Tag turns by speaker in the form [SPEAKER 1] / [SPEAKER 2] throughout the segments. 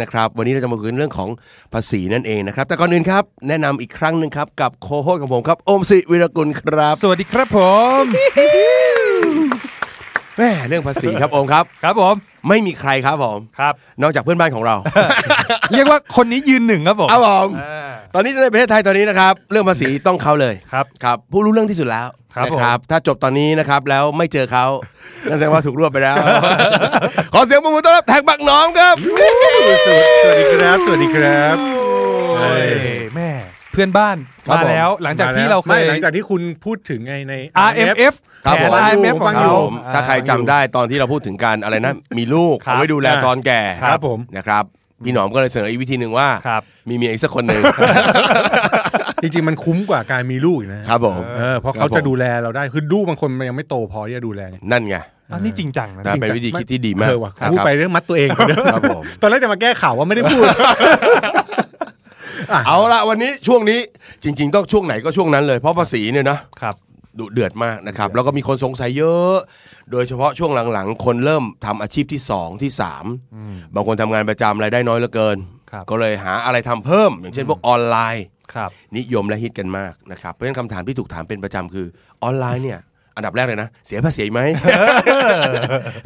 [SPEAKER 1] นะครับ วันนี้เราจะมาคุยเรื่องของภาษีนั่นเองนะครับ แต่ก่อนอื่นครับ แนะนำอีกครั้งหนึ่งครับ กับโคโฮสของผมครับ โอมสิริวิรกุลครับ
[SPEAKER 2] สวัสดีครับผม
[SPEAKER 1] แม่เรื่องภาษีครับโอมครับ
[SPEAKER 2] ครับผม
[SPEAKER 1] ไม่มีใครครับผม
[SPEAKER 2] ครับ
[SPEAKER 1] นอกจากเพื่อนบ้านของเรา
[SPEAKER 2] เรียกว่าคนนี้ยืนหนึ่งครับผม
[SPEAKER 1] เอาผม
[SPEAKER 2] อ่า
[SPEAKER 1] ตอนนี้ในประเทศไทยตอนนี้นะครับ เรื่องภาษีต้องเขาเลย
[SPEAKER 2] ครับ
[SPEAKER 1] ครับผู้รู้เรื่องที่สุดแล้ว
[SPEAKER 2] ครับ
[SPEAKER 1] นะถ้าจบตอนนี้นะครับแล้วไม่เจอ เขานั่นแสดงว่าถูกรวบไปแล้ว ขอเสียงปรบมือต้อนรับแท็กบักหน้องครับ
[SPEAKER 3] สวัสสวัสดีครับ สวัสดีครับ
[SPEAKER 2] เอ้ยแม่เพื่อนบ้าน
[SPEAKER 1] ครับ
[SPEAKER 2] มา
[SPEAKER 1] ผม
[SPEAKER 2] แล้วหลังจากที่
[SPEAKER 3] ม
[SPEAKER 2] เราเค
[SPEAKER 3] ไม่
[SPEAKER 2] ย
[SPEAKER 3] หลังจากที่คุณพูดถึงไงใน
[SPEAKER 2] RMF
[SPEAKER 1] ครับ
[SPEAKER 2] แผน
[SPEAKER 1] ผม
[SPEAKER 2] RMF
[SPEAKER 3] ผ
[SPEAKER 2] ข
[SPEAKER 3] มฟั
[SPEAKER 2] อง
[SPEAKER 3] ง
[SPEAKER 1] ค
[SPEAKER 3] อยู่
[SPEAKER 2] เรา
[SPEAKER 1] รับผมถ้าใครจำได้ตอนที่เราพูดถึงการอะไรนะ มีลูก
[SPEAKER 2] ครับ
[SPEAKER 1] เอาไว้ดูแลตอนแก่
[SPEAKER 2] ครับผม
[SPEAKER 1] นะครับพี่หนอมก็เลยเสนออีกวิธีหนึ่งว่า
[SPEAKER 2] ครับ
[SPEAKER 1] มีเมียอีกสักคนหนึ่ง
[SPEAKER 3] จริงๆ มันคุ้มกว่าการมีลูกอีกนะครับ
[SPEAKER 1] ผม
[SPEAKER 3] เออเพราะเขาจะดูแลเราได้ คือลูกบางคนมันยังไม่โตพอที่จะดูแลไง
[SPEAKER 1] นั่นไง
[SPEAKER 2] อันนี้จริงจังนะ
[SPEAKER 1] นะเป็นวิธีคิดที่ดีมาก
[SPEAKER 3] เออว่ะ
[SPEAKER 1] นะ
[SPEAKER 3] พูด
[SPEAKER 1] ครับ
[SPEAKER 3] ไปเรื่องมัดตัวเองเดี๋ยว
[SPEAKER 1] ครับผม
[SPEAKER 3] ตอนแรกจะมาแก้ข่าวว่าไม่ได้พูด
[SPEAKER 1] เอาละวันนี้ช่วงนี้จริง ๆ ต้องช่วงไหนก็ช่วงนั้นเลยเพราะภาษีเนี่ยนะ
[SPEAKER 2] ครับ
[SPEAKER 1] ดุเดือดมากนะครับ แล้วก็มีคนสงสัยเยอะ โดยเฉพาะช่วงหลังๆ คนเริ่มทำอาชีพที่ 2 ที่ 3 บางคนทำงานประจำรายได้น้อยเหลือเกิน
[SPEAKER 2] ครับ
[SPEAKER 1] ก็เลยหาอะไรทำเพิ่ม อย่างเช่นพวกออนไลน์
[SPEAKER 2] ครับ
[SPEAKER 1] นิยมและฮิตกันมากนะครับ เพราะฉะนั้นคำถามที่ถูกถามเป็นประจำคือออนไลน์เนี่ย อันดับแรกเลยนะ เสียภา ษีไหม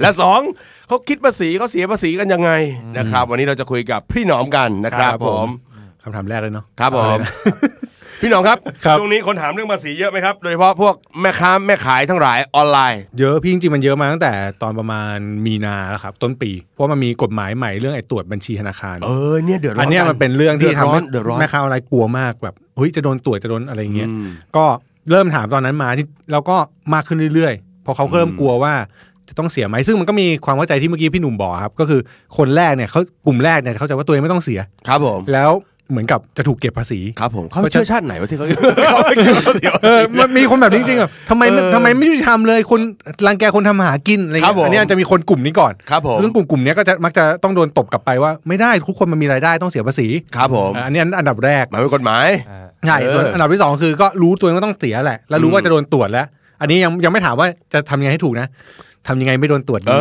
[SPEAKER 1] และสองเขาคิดภาษีเขาเสียภาษีกันยังไงนะครับ วันนี้เราจะคุยกับพี่หนอมกันนะครับ
[SPEAKER 3] ครับ
[SPEAKER 1] ผ
[SPEAKER 3] ผม ม คำถามแรกเลยเนาะ
[SPEAKER 1] ครับผม พี่หนองครับ
[SPEAKER 3] ครับ
[SPEAKER 1] ช่วงนี้คนถามเรื่องภาษีเยอะไหมครับ โดยเฉพาะพวกแม่ค้าแม่ขายทั้งหลายออนไลน์
[SPEAKER 3] เยอะพี่จริงๆมันเยอะมาตั้งแต่ตอนประมาณมีนาแล้วครับ ต้นปี เพราะมันมีกฎหมายใหม่เรื่องไอ้ตรวจบัญชีธนาคาร
[SPEAKER 1] เออเนี่ยเดือดร้อน
[SPEAKER 3] อันเนี้ยมันเป็นเรื่องที่
[SPEAKER 1] ดืด
[SPEAKER 3] ทำให้
[SPEAKER 1] เดือดร้อน
[SPEAKER 3] แม่ค้าออนไลน์กลัวมากแบบเฮ้ยจะโดนตรวจจะโดนอะไรเงี้ย
[SPEAKER 1] อืม
[SPEAKER 3] ก็เริ่มถามตอนนั้นมาที่เราก็มากขึ้นเรื่อยๆเพอเขาเริ่มกลัวว่าจะต้องเสียไหมซึ่งมันก็มีความเข้าใจที่เมื่อกี้พี่หนุ่มบอกครับ ก็คือคนแรกเนี่ยเขากลุ่มแรกเนี่ยเขาใจว่าตัวเองไม่ต้องเสีย
[SPEAKER 1] ครับผม
[SPEAKER 3] แล้วเหมือนกับจะถูกเก็บภาษี
[SPEAKER 1] ครับผมเขา
[SPEAKER 3] เพราะฉะนั้น
[SPEAKER 1] เชื่อชาติไหนวะที่เขา เขาไม่เชื่อเสียภา
[SPEAKER 3] เออ
[SPEAKER 1] ษี
[SPEAKER 3] มันมีคนแบบนี้จริงๆแบบทำไมมัน
[SPEAKER 1] เออ
[SPEAKER 3] ทำไมไม่ยุติธรรมเลยคนรังแกคนทำมาหากินอะไร
[SPEAKER 1] ครั
[SPEAKER 3] เงี้
[SPEAKER 1] บผ
[SPEAKER 3] ย
[SPEAKER 1] ม
[SPEAKER 3] อันเนี้ยจะมีคนกลุ่มนี้ก่อน
[SPEAKER 1] ครับผม
[SPEAKER 3] ซึ่งกลุ่มกลุ่มๆเนี้ยก็จะมักจะต้องโดนตบกลับไปว่าไม่ได้ทุกคนมันมีรายได้ต้องเสียภาษี
[SPEAKER 1] ครับผม
[SPEAKER 3] อันเนี้ยอันดับแรก
[SPEAKER 1] หมายเป็นกฎหมาย
[SPEAKER 3] ใช่
[SPEAKER 1] เออ
[SPEAKER 3] ส่วนอันดับที่สองคือก็รู้ตัวเองว่าต้องเสียแหละ แล้ว
[SPEAKER 1] อื
[SPEAKER 3] รู้
[SPEAKER 1] ม
[SPEAKER 3] ว่าจะโดนตรวจแล้ว อันนี้ยังยังไม่ถามว่าจะทำยังไงให้ถูกนะทำยังไงไม่โดนตรวจดี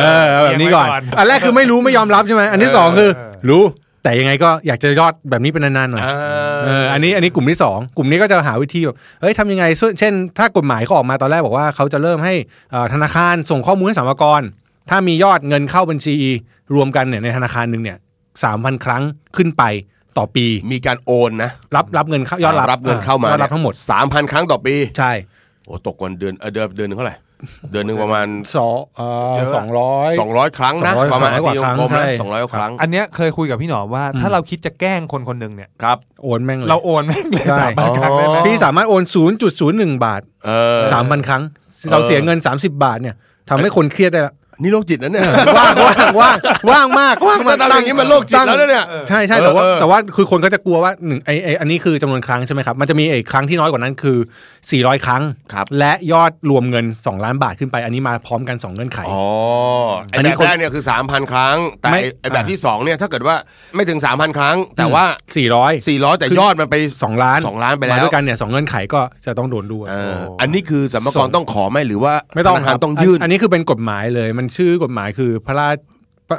[SPEAKER 2] เอ
[SPEAKER 3] เอ
[SPEAKER 2] อ
[SPEAKER 3] อเอาแบบนี้ก่อน
[SPEAKER 2] เตรียมไว้ก่อน
[SPEAKER 3] อันแรกคือไม่รู้ไม่ยอมรับใช่ไหมอันที่สองคือ
[SPEAKER 2] เออ
[SPEAKER 3] รู้แต่ยังไงก็อยากจะยอดแบบนี้เป็นนานๆหน่อย
[SPEAKER 1] เอ
[SPEAKER 3] เอออันนี้อันนี้กลุ่มที่สองกลุ่มนี้ก็จะหาวิธีแบบเฮ้ยทำยังไงซึ่งเช่น ถ้ากฎหมายเขาออกมาตอนแรกบอกว่าเขาจะเริ่มให้เอ่อธนาคารส่งข้อมูลให้สามกรถ้ามียอดเงินเข้าบัญชีรวมกันเนี่ยในธนาคารหนึ่งเนี่ยสามพันครั้งขึ้นไปต่อปี
[SPEAKER 1] มีการโอนนะ
[SPEAKER 3] รับรับเงินเข้ายอดรับ
[SPEAKER 1] เงินเข้ามาย
[SPEAKER 3] อดรับทั้งหมด
[SPEAKER 1] สามพันครั้งต่อปี
[SPEAKER 3] ใช่
[SPEAKER 1] โอ้ตกวันเดือนเออเดือนเดือนหนึงเท่าไหร่เดือนหนึ่งประมาณ
[SPEAKER 3] สองเอ่อ
[SPEAKER 2] เยอะอะ
[SPEAKER 3] สองร้อย
[SPEAKER 1] สองร้อยครั้งนะ
[SPEAKER 3] สองร้อย
[SPEAKER 1] ประมาณ
[SPEAKER 3] กว่าครั้ง
[SPEAKER 1] กลมๆนะ
[SPEAKER 3] ใช่
[SPEAKER 1] สองร้อยครั้ง
[SPEAKER 2] อันเนี้ยเคยคุยกับพี่หนอมว่า
[SPEAKER 3] อืม
[SPEAKER 2] ถ้าเราคิดจะแกล้งคนคนหนึ่งเนี่ย
[SPEAKER 1] ครับ
[SPEAKER 3] โอนแม่งเลย
[SPEAKER 2] เราโอนแม่งเลย
[SPEAKER 3] ได้
[SPEAKER 2] สามพันครั้งได้ไหม
[SPEAKER 1] อ๋อ
[SPEAKER 3] พี่สามารถโอน 0.01 บาท
[SPEAKER 1] เออ
[SPEAKER 3] 3,000 ครั้ง เราเสียเงิน 30 บาทเนี่ยทำให้คนเครียดได้ละ
[SPEAKER 1] นี่โรคจิตนะเนี่ย
[SPEAKER 3] ว่างว่างว่างว่างมากว่างมาก
[SPEAKER 1] ทำอย่างนี้มันโรคจิต
[SPEAKER 3] ตั้ง
[SPEAKER 1] แล้วนะเนี่ย
[SPEAKER 3] ใช่ใช่แต่ว่า
[SPEAKER 1] เออเออ
[SPEAKER 3] แต่ว่าคือคนก็จะกลัวว่าหนึ่งไอไออันนี้คือจำนวนครั้งใช่ไหมครับ มันจะมีไอครั้งที่น้อยกว่านั้นคือ 400 ครั้ง
[SPEAKER 1] ครับ
[SPEAKER 3] และยอดรวมเงิน 2 ล้านบาทขึ้นไป อันนี้มาพร้อมกัน 2 เงื่อนไข
[SPEAKER 1] อ๋อไอ
[SPEAKER 3] อัน
[SPEAKER 1] แบ
[SPEAKER 3] นี้
[SPEAKER 1] บ
[SPEAKER 3] คน
[SPEAKER 1] แรกเนี่ยคือ 3,000 ครั้ง แต่
[SPEAKER 3] ไม่
[SPEAKER 1] ไอ้ไอแบบ
[SPEAKER 3] อ่า
[SPEAKER 1] ที่ 2 เนี่ย ถ้าเกิดว่าไม่ถึง 3,000 ครั้ง แต่ว่า
[SPEAKER 3] 400
[SPEAKER 1] 400 แต่
[SPEAKER 3] คือ
[SPEAKER 1] ยอดมันไป
[SPEAKER 3] 2 ล้าน
[SPEAKER 1] สองล้านไปแล้ว
[SPEAKER 3] มาด้วยกันเนี่ยสองเงื่อนไขก็จะต้องโดนด้วย
[SPEAKER 1] เอออันนี้คือสัมภา
[SPEAKER 3] ส่
[SPEAKER 1] ระ
[SPEAKER 3] ง
[SPEAKER 1] ต้องขอไหมหรือว่า
[SPEAKER 3] ไม่ต้อง
[SPEAKER 1] ธนา
[SPEAKER 3] ค
[SPEAKER 1] คา
[SPEAKER 3] รั
[SPEAKER 1] ร
[SPEAKER 3] บ
[SPEAKER 1] ต้องยื่น
[SPEAKER 3] อันนี้คือเป็นกฎหมายเลย มันชื่อกฎหมายคือพระราช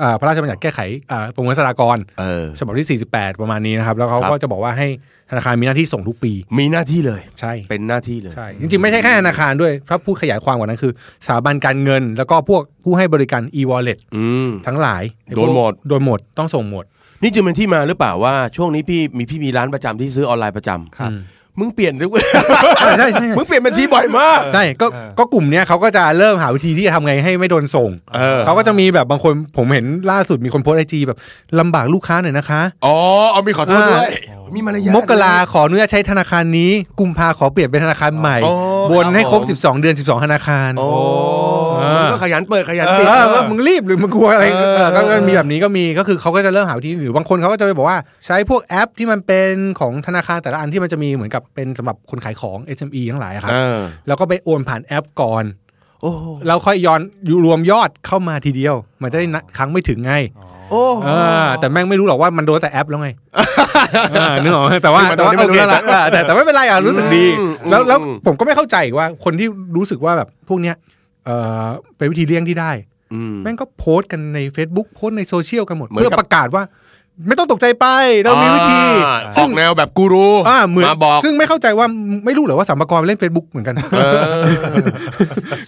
[SPEAKER 3] เอ่อพระราชบัญญัติแก้ไขอ่าประมวลสารากร
[SPEAKER 1] เออ
[SPEAKER 3] ฉบับที่ 48 ประมาณนี้นะครับ แล้วเขา
[SPEAKER 1] ครับ
[SPEAKER 3] ก็จะบอกว่าให้ธนาคารมีหน้าที่ส่งทุกปี
[SPEAKER 1] มีหน้าที่เลย
[SPEAKER 3] ใช่
[SPEAKER 1] เป็นหน้าที่เลย
[SPEAKER 3] ใช่ จริงๆ ไม่ใช่แค่ธนาคารด้วยถ้าพูดขยายความกว่านั้นคือสถาบันการเงิน แล้วก็พวกผู้ให้บริการ e-wallet
[SPEAKER 1] อืม
[SPEAKER 3] ทั้งหลาย
[SPEAKER 1] โดนหมด
[SPEAKER 3] โดนหมดต้องส่งหมด
[SPEAKER 1] นี่จึงเป็นที่มาหรือเปล่าว่า ช่วงนี้พี่มีพี่มีร้านประจำที่ซื้อออนไลน์ประจำ
[SPEAKER 3] ครับ
[SPEAKER 1] มึงเปลี่ยนทุ ก
[SPEAKER 3] ใช่ใช่
[SPEAKER 1] มึงเปลี่ยนบัญชีบ่อยมาก
[SPEAKER 3] ใช่ก็ก็กลุ่มเนี้ยเขาก็จะเริ่มหาวิธีที่จะทำไงให้ไม่โดนส่ง
[SPEAKER 1] เออ
[SPEAKER 3] เขาก็จะมีแบบบางคนผมเห็นล่าสุดมีคนโพสไอจีแบบลำบากลูกค้าหน่อยนะคะ
[SPEAKER 1] อ๋อเอามีขอโทษด้วย มีมารยาท
[SPEAKER 3] มกราขออนุญาตใช้ธนาคารนี้ กุมภาขอเปลี่ยนเป็นธนาคารใหม่
[SPEAKER 1] อ๋อ
[SPEAKER 3] วนให้ครบ
[SPEAKER 1] ครับผม
[SPEAKER 3] 12 เดือน 12 ธนาคาร
[SPEAKER 1] โอ้
[SPEAKER 3] เอ
[SPEAKER 1] มันก็ขยันเปิดขยันปิด
[SPEAKER 3] เออว่ามึงรีบหรือมึงกลัวอะไร
[SPEAKER 1] เออ
[SPEAKER 3] เออก็
[SPEAKER 1] เอ
[SPEAKER 3] ก็
[SPEAKER 1] อ
[SPEAKER 3] มีแบบนี้ก็มีก็คือเขาก็จะเริ่มหาวิธีหรือบางคนเขาก็จะไปบอกว่าใช้พวกแอปที่มันเป็นของธนาคารแต่ละอันที่มันจะมีเหมือนกับเป็นสำหรับคนขายของ SME ทั้งหลายอะครับ
[SPEAKER 1] เออ
[SPEAKER 3] แล้วก็ไปโอนผ่านแอปก่อน
[SPEAKER 1] โอ้
[SPEAKER 3] แล้วค่อยย้อนรวมยอดเข้ามาทีเดียว มันจะได้นับครั้งไม่ถึงไง
[SPEAKER 1] โอ้
[SPEAKER 3] เออแต่แม่งไม่รู้หรอกว่ามันโดนแต่แอปแล้วไงเออนึกออกไหมแต่ว่า
[SPEAKER 1] ซึ่งมัน
[SPEAKER 3] แต่ว่า
[SPEAKER 1] โดน
[SPEAKER 3] เรารู้แล้วล่ะ
[SPEAKER 1] ไม่โดนแต่
[SPEAKER 3] เออแต่แต่ไม่เป็นไรอ่ะรู้สึกดี
[SPEAKER 1] อืม
[SPEAKER 3] แล้วแล้ว
[SPEAKER 1] อืม
[SPEAKER 3] ผมก็ไม่เข้าใจอีกว่าคนที่รู้สึกว่าแบบพวกเนี้ยเออเป็นวิธีเลี่ยงที่ได้
[SPEAKER 1] อืม
[SPEAKER 3] แม่งก็โพสต์กันใน Facebook โพสต์ในโซเชียลกันหมด
[SPEAKER 1] เหมือนกั
[SPEAKER 3] เพื่
[SPEAKER 1] บ
[SPEAKER 3] อประกาศว่า ไม่ต้องตกใจไป เรามีวิธี
[SPEAKER 1] อ่าอ
[SPEAKER 3] ซึ่
[SPEAKER 1] อง กแนวแบบกูรู
[SPEAKER 3] อ่าเหมือน
[SPEAKER 1] มาบอก
[SPEAKER 3] ซึ่งไม่เข้าใจว่าไม่รู้เหรอว่าสัมภาระเล่น Facebook เหมือนกัน
[SPEAKER 1] เออ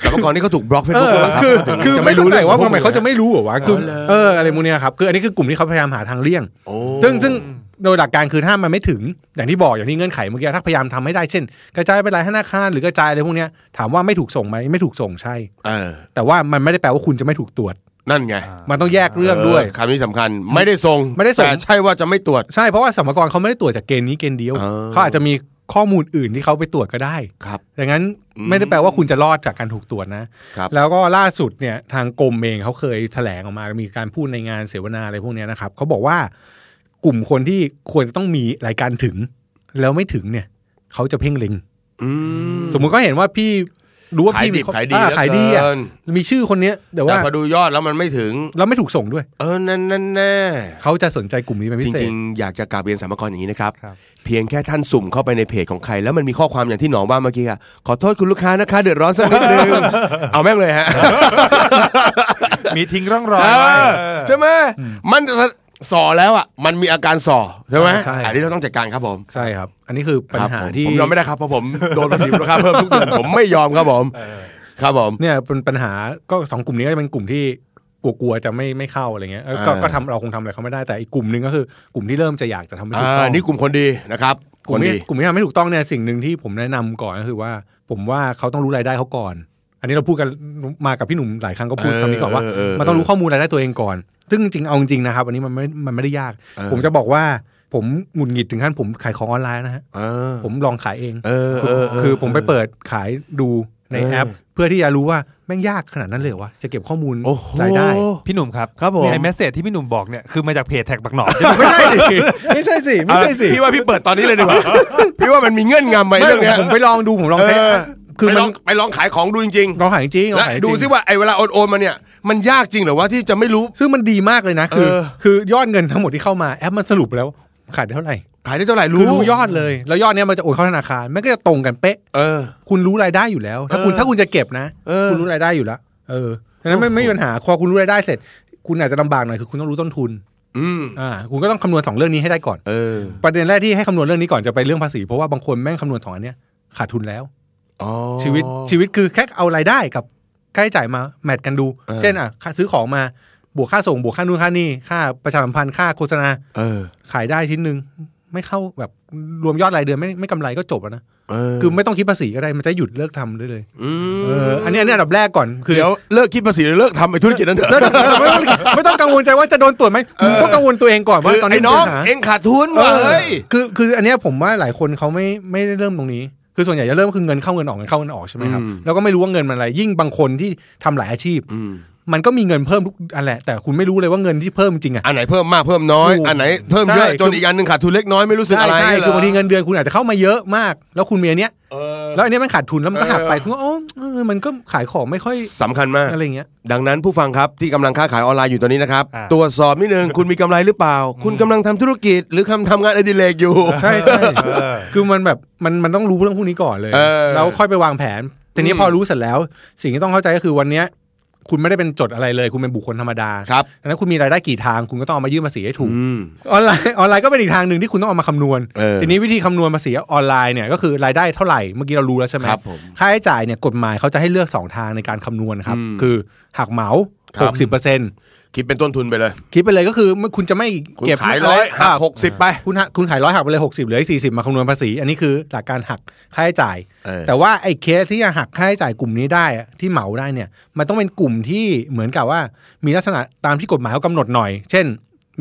[SPEAKER 1] สมกรนี่เขาถูกบล็อกเฟซ
[SPEAKER 3] เอ
[SPEAKER 1] บุ๊กหรือเป
[SPEAKER 3] อ
[SPEAKER 1] ล่ารับ
[SPEAKER 3] คือ
[SPEAKER 1] ถึง
[SPEAKER 3] คือ
[SPEAKER 1] จะ
[SPEAKER 3] ไม่รู้าใจ
[SPEAKER 1] เรื่อง
[SPEAKER 3] ว่า
[SPEAKER 1] ของ
[SPEAKER 3] ทำไม
[SPEAKER 1] พวก
[SPEAKER 3] เขาจะไม่รู้เหรอวะคือเอออะไรมูเนี่ยครับคืออันนี้คือกลุ่มที่เขาพยายามหาทางเลี่ยง
[SPEAKER 1] โอ้
[SPEAKER 3] ซึ่งซึ่งโดยหลักการคือถ้ามันไม่ถึงอย่างที่บอกอย่างที่เงื่อนไขเมื่อกี้ถ้าพยายามทำให้ได้เช่น กระจายไปหลายธนาคารหรือกระจายอะไรพวกเนี้ยถามว่าไม่ถูกส่งไหมไม่ถูกส่งใช่
[SPEAKER 1] เออ
[SPEAKER 3] แต่ว่ามันไม่ได้แปลว่าคุณจะไม่ถูกตรวจ
[SPEAKER 1] นั่นไง
[SPEAKER 3] มันต้องแยกเรื่องด้วย
[SPEAKER 1] คำนี้สำคัญไม่ได้ส่ง
[SPEAKER 3] ไม่ได้ส่ง
[SPEAKER 1] แต่ใช่ว่าจะไม่ตรวจ
[SPEAKER 3] ใช่ เพราะว่าสมกรเขาไม่ได้ตรวจจากเกณฑ์นี้เกณฑ์เดียว
[SPEAKER 1] เออ
[SPEAKER 3] เขาอาจจะมีข้อมูลอื่นที่เขาไปตรวจก็ได้
[SPEAKER 1] ครับ
[SPEAKER 3] ดังนั้น
[SPEAKER 1] อืม
[SPEAKER 3] ไม่ได้แปลว่าคุณจะรอดจากการถูกตรวจนะ
[SPEAKER 1] ครับ
[SPEAKER 3] แล้วก็ล่าสุดเนี่ยทางกรมเองเขาเคยแถลงออกมามีการพูดในงานเสวนาอะไรพวกเนี้ยนะครับเขาบอกว่ากลุ่มคนที่ควรจะต้องมีรายการถึง แล้วไม่ถึงเนี่ยเขาจะเพ่งเล็ง
[SPEAKER 1] อืม
[SPEAKER 3] สมมุติก็เห็นว่าพี่รู้ว่า
[SPEAKER 1] ขาย
[SPEAKER 3] พี่
[SPEAKER 1] ดิ
[SPEAKER 3] มี
[SPEAKER 1] บขายดี
[SPEAKER 3] อ่
[SPEAKER 1] เหลือ
[SPEAKER 3] ขายดีอ่ะ
[SPEAKER 1] เกิน
[SPEAKER 3] มีชื่อคนเนี้ยแต่
[SPEAKER 1] แต่
[SPEAKER 3] ว่า
[SPEAKER 1] พอดูยอดแล้วมันไม่ถึง
[SPEAKER 3] เราไม่ถูกส่งด้วย
[SPEAKER 1] เออนั่นนั่นแน่
[SPEAKER 3] เขาจะสนใจกลุ่มนี้เป็นพิ
[SPEAKER 1] จ
[SPEAKER 3] เศ
[SPEAKER 1] ริ
[SPEAKER 3] ษ
[SPEAKER 1] งๆ อยากจะกราบเรียนสามกรอย่างนี้นะครับ
[SPEAKER 2] ครับ
[SPEAKER 1] เพียงแค่ท่านสุ่มเข้าไปในเพจของใคร แล้วมันมีข้อความอย่างที่หนองว่าเมื่อกี้อะขอโทษคุณลูกค้านะคะ เดือดร้อนสักนิดนึง เอาแม่งเลยฮะ
[SPEAKER 2] มีทิ้งร่องรอย
[SPEAKER 1] เอ
[SPEAKER 2] ไว้
[SPEAKER 1] อ
[SPEAKER 2] เออ
[SPEAKER 1] ใช่ไหมมันส่อแล้วอ่ะมันมีอาการส่อใช่ไหม
[SPEAKER 3] ใช่
[SPEAKER 1] อันนี้เราต้องจัดการครับผม
[SPEAKER 3] ใช่ครับ อันนี้คือปัญ
[SPEAKER 1] ค
[SPEAKER 3] หา
[SPEAKER 1] รับผม
[SPEAKER 3] ที่
[SPEAKER 1] ผมยอมไม่ได้ครับเพราะผมโดนภาษีมูลค่าเพิ่ม ทุกเดือนผมไม่ยอมครับผมครับผม
[SPEAKER 3] เนี่ยเป็นปัญหาก็สองกลุ่มนี้ก็จะเป็นกลุ่มที่กลัวๆจะไม่ไม่เข้าอะไรเงี้ยเออก็
[SPEAKER 1] อ่า
[SPEAKER 3] ก็ทำเราคงทำอะไรเขาไม่ได้แต่อีกกลุ่มหนึ่งก็คือกลุ่มที่เริ่มจะอยากจะทำให้ถูกต้
[SPEAKER 1] อ่า
[SPEAKER 3] อง
[SPEAKER 1] นี่กลุ่มคนดีนะครับ
[SPEAKER 3] ก
[SPEAKER 1] ค
[SPEAKER 3] ลุ่ม
[SPEAKER 1] น
[SPEAKER 3] นี้
[SPEAKER 1] ดี
[SPEAKER 3] กลุ่มที่ทำไม่ถูกต้องเนี่ยสิ่งหนึ่งที่ผมแนะนำก่อนก็คือว่า ผมว่าเขาต้องรู้รายได้เขาก่อน อันนี้เราพูดกันมากับพี่หนุ่มหลายครั้งก็พูดคำนี้ก่อนว่า
[SPEAKER 1] เ
[SPEAKER 3] มันต้องรู้ข้อมูลรายได้ตัวเองก่อน ซึ่งจริงๆเอาจริงๆนะครับอันนี้มันไม่มันไม่ได้ยาก
[SPEAKER 1] เออ
[SPEAKER 3] ผมจะบอกว่าผมหงุดหงิดถึงขั้นผมขายของออนไลน์นะฮะ
[SPEAKER 1] เออ
[SPEAKER 3] ผมลองขายเอง
[SPEAKER 1] เออเออเ
[SPEAKER 3] คือผมไปเปิดขายดูใน
[SPEAKER 1] เออ
[SPEAKER 3] แอป เพื่อที่จะรู้ว่าแม่งยากขนาดนั้นเลยเหรอวะจะเก็บข้อมูล
[SPEAKER 1] โอ้โห
[SPEAKER 3] รายได้
[SPEAKER 2] พี่หนุ่มครับ
[SPEAKER 1] ครับผม
[SPEAKER 2] ไอ้เมสเซจที่พี่หนุ่มบอกเนี่ยคือมาจากเพจแท็กบักหนอม
[SPEAKER 3] ไม่ใช่สิไม่ใช่สิไม่ใช่สิ
[SPEAKER 1] พี่ว่าพี่เปิดตอนนี้เลยดีก ว่า พี่ว่ามันมีเงื่อนงำไหม
[SPEAKER 3] ไม่
[SPEAKER 1] เรื่องเนี้ย
[SPEAKER 3] ผมไปลองดูผมลอง
[SPEAKER 1] เอ
[SPEAKER 3] ใช้
[SPEAKER 1] อ
[SPEAKER 3] คือ
[SPEAKER 1] ไปล
[SPEAKER 3] มัน
[SPEAKER 1] องไปลองขายของดูจริง
[SPEAKER 3] ลองขายจริง
[SPEAKER 1] ๆ
[SPEAKER 3] ลอง
[SPEAKER 1] และ
[SPEAKER 3] ขายจริง
[SPEAKER 1] ดูซิว่าไอ้เวลาโอนโอนๆมาเนี่ยมันยากจริงเหรือว่าที่จะไม่รู้
[SPEAKER 3] ซึ่งมันดีมากเลยนะคือ
[SPEAKER 1] เออ
[SPEAKER 3] คือยอดเงินทั้งหมดที่เข้ามาแอปมันสรุปแล้วขายได้เท่าไหร่
[SPEAKER 1] ขายได้เท่าไหร่
[SPEAKER 3] คือ
[SPEAKER 1] รู้
[SPEAKER 3] รู้ยอดเลย แล้วยอดเนี้ยมันจะโอนเข้าธนาคารมันก็จะตรงกันเป๊ะ
[SPEAKER 1] เออ
[SPEAKER 3] คุณรู้รายได้อยู่แล้ว ถ้าคุณ
[SPEAKER 1] เออ
[SPEAKER 3] ถ้าคุณจะเก็บนะ
[SPEAKER 1] เออ
[SPEAKER 3] คุณรู้รายได้อยู่แล้วเออฉะนั้นไม่
[SPEAKER 1] โอ้โห
[SPEAKER 3] ไม่มีปัญหาพอคุณรู้รายได้เสร็จ คุณอาจจะลำบากหน่อยคือคุณต้องรู้ต้นทุน
[SPEAKER 1] อืม
[SPEAKER 3] อ่าคุณก็ต้องคำนวณสองเรื่องนี้ให้ได้ก่อน
[SPEAKER 1] เออ
[SPEAKER 3] ประเด็นแรกที่ให้คำนวณเรื่องนี้ก่อนจะไปเรื่องภาษี เพราะว่าบางคนแม่งคำนวณสองอันเนี้ยขาดทุนแล้ว
[SPEAKER 1] อ๋อ
[SPEAKER 3] ชีวิตชีวิตคือแค่เอารายได้กับค่าใช้จ่ายมาแมทกันดู
[SPEAKER 1] เออ
[SPEAKER 3] เช่นอ่ะค่าซื้อของมาบวกค่าส่งบวกค่านู่นค่านี่ค่าประชาสัมพันธ์ค่าโฆษณา
[SPEAKER 1] เออ
[SPEAKER 3] ขายได้ชิ้นหนึ่งไม่เข้าแบบรวมยอดรายเดือนไม่ไม่กำไรก็จบแล้วนะ
[SPEAKER 1] เออ
[SPEAKER 3] คือไม่ต้องคิดภาษีก็ได้มันจะหยุดเลิกทำได้เลย
[SPEAKER 1] อืม
[SPEAKER 3] เอออันนี้อันนี้อันดับแรกก่อนคือ
[SPEAKER 1] เดี๋ยวเลิกคิดภาษีหรือเลิกทำไอ้ธุรกิจนั้นเถอะ
[SPEAKER 3] เออเออไม่ต้องไม่ต้องกังวลใจว่าจะโดนตรวจไหมมึงก็กังวลตัวเองก่อนว่า
[SPEAKER 1] คือ
[SPEAKER 3] ตอนนี้
[SPEAKER 1] ไอ้น้อง
[SPEAKER 3] มีปัญหา
[SPEAKER 1] เองขาดทุนว่ะเฮ้ย
[SPEAKER 3] คือคืออันเนี้ยผมว่าหลายคนเขาไม่ไม่ได้เริ่มตรงนี้ คือส่วนใหญ่จะเริ่มคือเงินเข้าเงินออกเงินเข้าเงินออกใช่ไหมครับ
[SPEAKER 1] อืม
[SPEAKER 3] แล้วก็ไม่รู้ว่าเงินมันอะไร ยิ่งบางคนที่ทำหลายอาชีพ มันก็มีเงินเพิ่มทุกอันแหละแต่คุณไม่รู้เลยว่าเงินที่เพิ่มจริงอ่ะ
[SPEAKER 1] อันไหนเพิ่มมากเพิ่มน้อย
[SPEAKER 3] ถูก
[SPEAKER 1] อันไหนเพิ่มเยอะ
[SPEAKER 3] ใช่
[SPEAKER 1] จนอีกอันหนึ่งขาดทุนเล็กน้อยไม่รู้สึก
[SPEAKER 3] ใช่
[SPEAKER 1] อะไร
[SPEAKER 3] ใช่คือบางทีเงินเดือนคุณอาจจะเข้ามาเยอะมาก แล้วคุณเมียเนี้ย
[SPEAKER 1] เออ
[SPEAKER 3] แล้วอันเนี้ยมันขาดทุนแล้วมันก็หักไป
[SPEAKER 1] เออ
[SPEAKER 3] คุณก็อ๋อเออมันก็ขายของไม่ค่อย
[SPEAKER 1] สำคัญมาก
[SPEAKER 3] อะไรเงี้ย
[SPEAKER 1] ดังนั้นผู้ฟังครับที่กำลังค้าขายออนไลน์อยู่ตอนนี้นะครับ
[SPEAKER 2] อ่า
[SPEAKER 1] ตรวจสอบนิดนึง คุณมีกำไรหรือเปล่า คุณกำลังทำธุรกิจ หรือคำทำงานอดิเรกอยู่
[SPEAKER 3] ใช่ใช่
[SPEAKER 2] เออ
[SPEAKER 3] คือมันแบบมันมันต้องรู้เรื่องพวกนี้ก่อนเลย
[SPEAKER 1] เออ
[SPEAKER 3] แล้วค่อยไปวางแผนทีนี้
[SPEAKER 1] อืม
[SPEAKER 3] พอรู้เสร็จแล้ว สิ่งที่ต้องเข้าใจก็คือวันเนี้ยคุณไม่ได้เป็นจดอะไรเลย คุณเป็นบุคคลธรรมดา
[SPEAKER 1] ครับ
[SPEAKER 3] ดังนั้นคุณมีรายได้กี่ทางคุณก็ต้องเอามายื่นภาษีให้ถูก
[SPEAKER 1] อืม
[SPEAKER 3] ออนไลน์ออนไลน์ก็เป็นอีกทางหนึ่งที่คุณต้องเอามาคำนวณ
[SPEAKER 1] เออ
[SPEAKER 3] ทีนี้วิธีคำนวณภาษีออนไลน์เนี่ยก็คือรายได้เท่าไหร่เมื่อกี้เรารู้แล้วใช่ไหม
[SPEAKER 1] ครับผม
[SPEAKER 3] ค่าใช้จ่ายเนี่ยกฎหมายเขาจะให้เลือก 2 ทางในการคำนวณครับ
[SPEAKER 1] อืม
[SPEAKER 3] คือหักเหมา
[SPEAKER 1] ครับ
[SPEAKER 3] 60%
[SPEAKER 1] คิดเป็นต้นทุนไปเลย
[SPEAKER 3] คิดไปเลยก็คือคุณจะไม่
[SPEAKER 1] คุณ
[SPEAKER 3] เก็บ
[SPEAKER 1] ขาย
[SPEAKER 3] ไม่ะไ
[SPEAKER 1] ร้อยหัก
[SPEAKER 3] ะ
[SPEAKER 1] หกสิบไป
[SPEAKER 3] คุณหักคุณขายร้อยหักไปเลย 60เหลืออีกสี่สิบมาคำนวณภาษี อันนี้คือหลักการหักค่าใช้จ่าย
[SPEAKER 1] เออ
[SPEAKER 3] แต่ว่าไอ้เคสที่จะหักค่าใช้จ่ายกลุ่มนี้ได้อะที่เหมาได้เนี่ย มันต้องเป็นกลุ่มที่เหมือนกับว่ามีลักษณะตามที่กฎหมายเขากำหนดหน่อย เช่น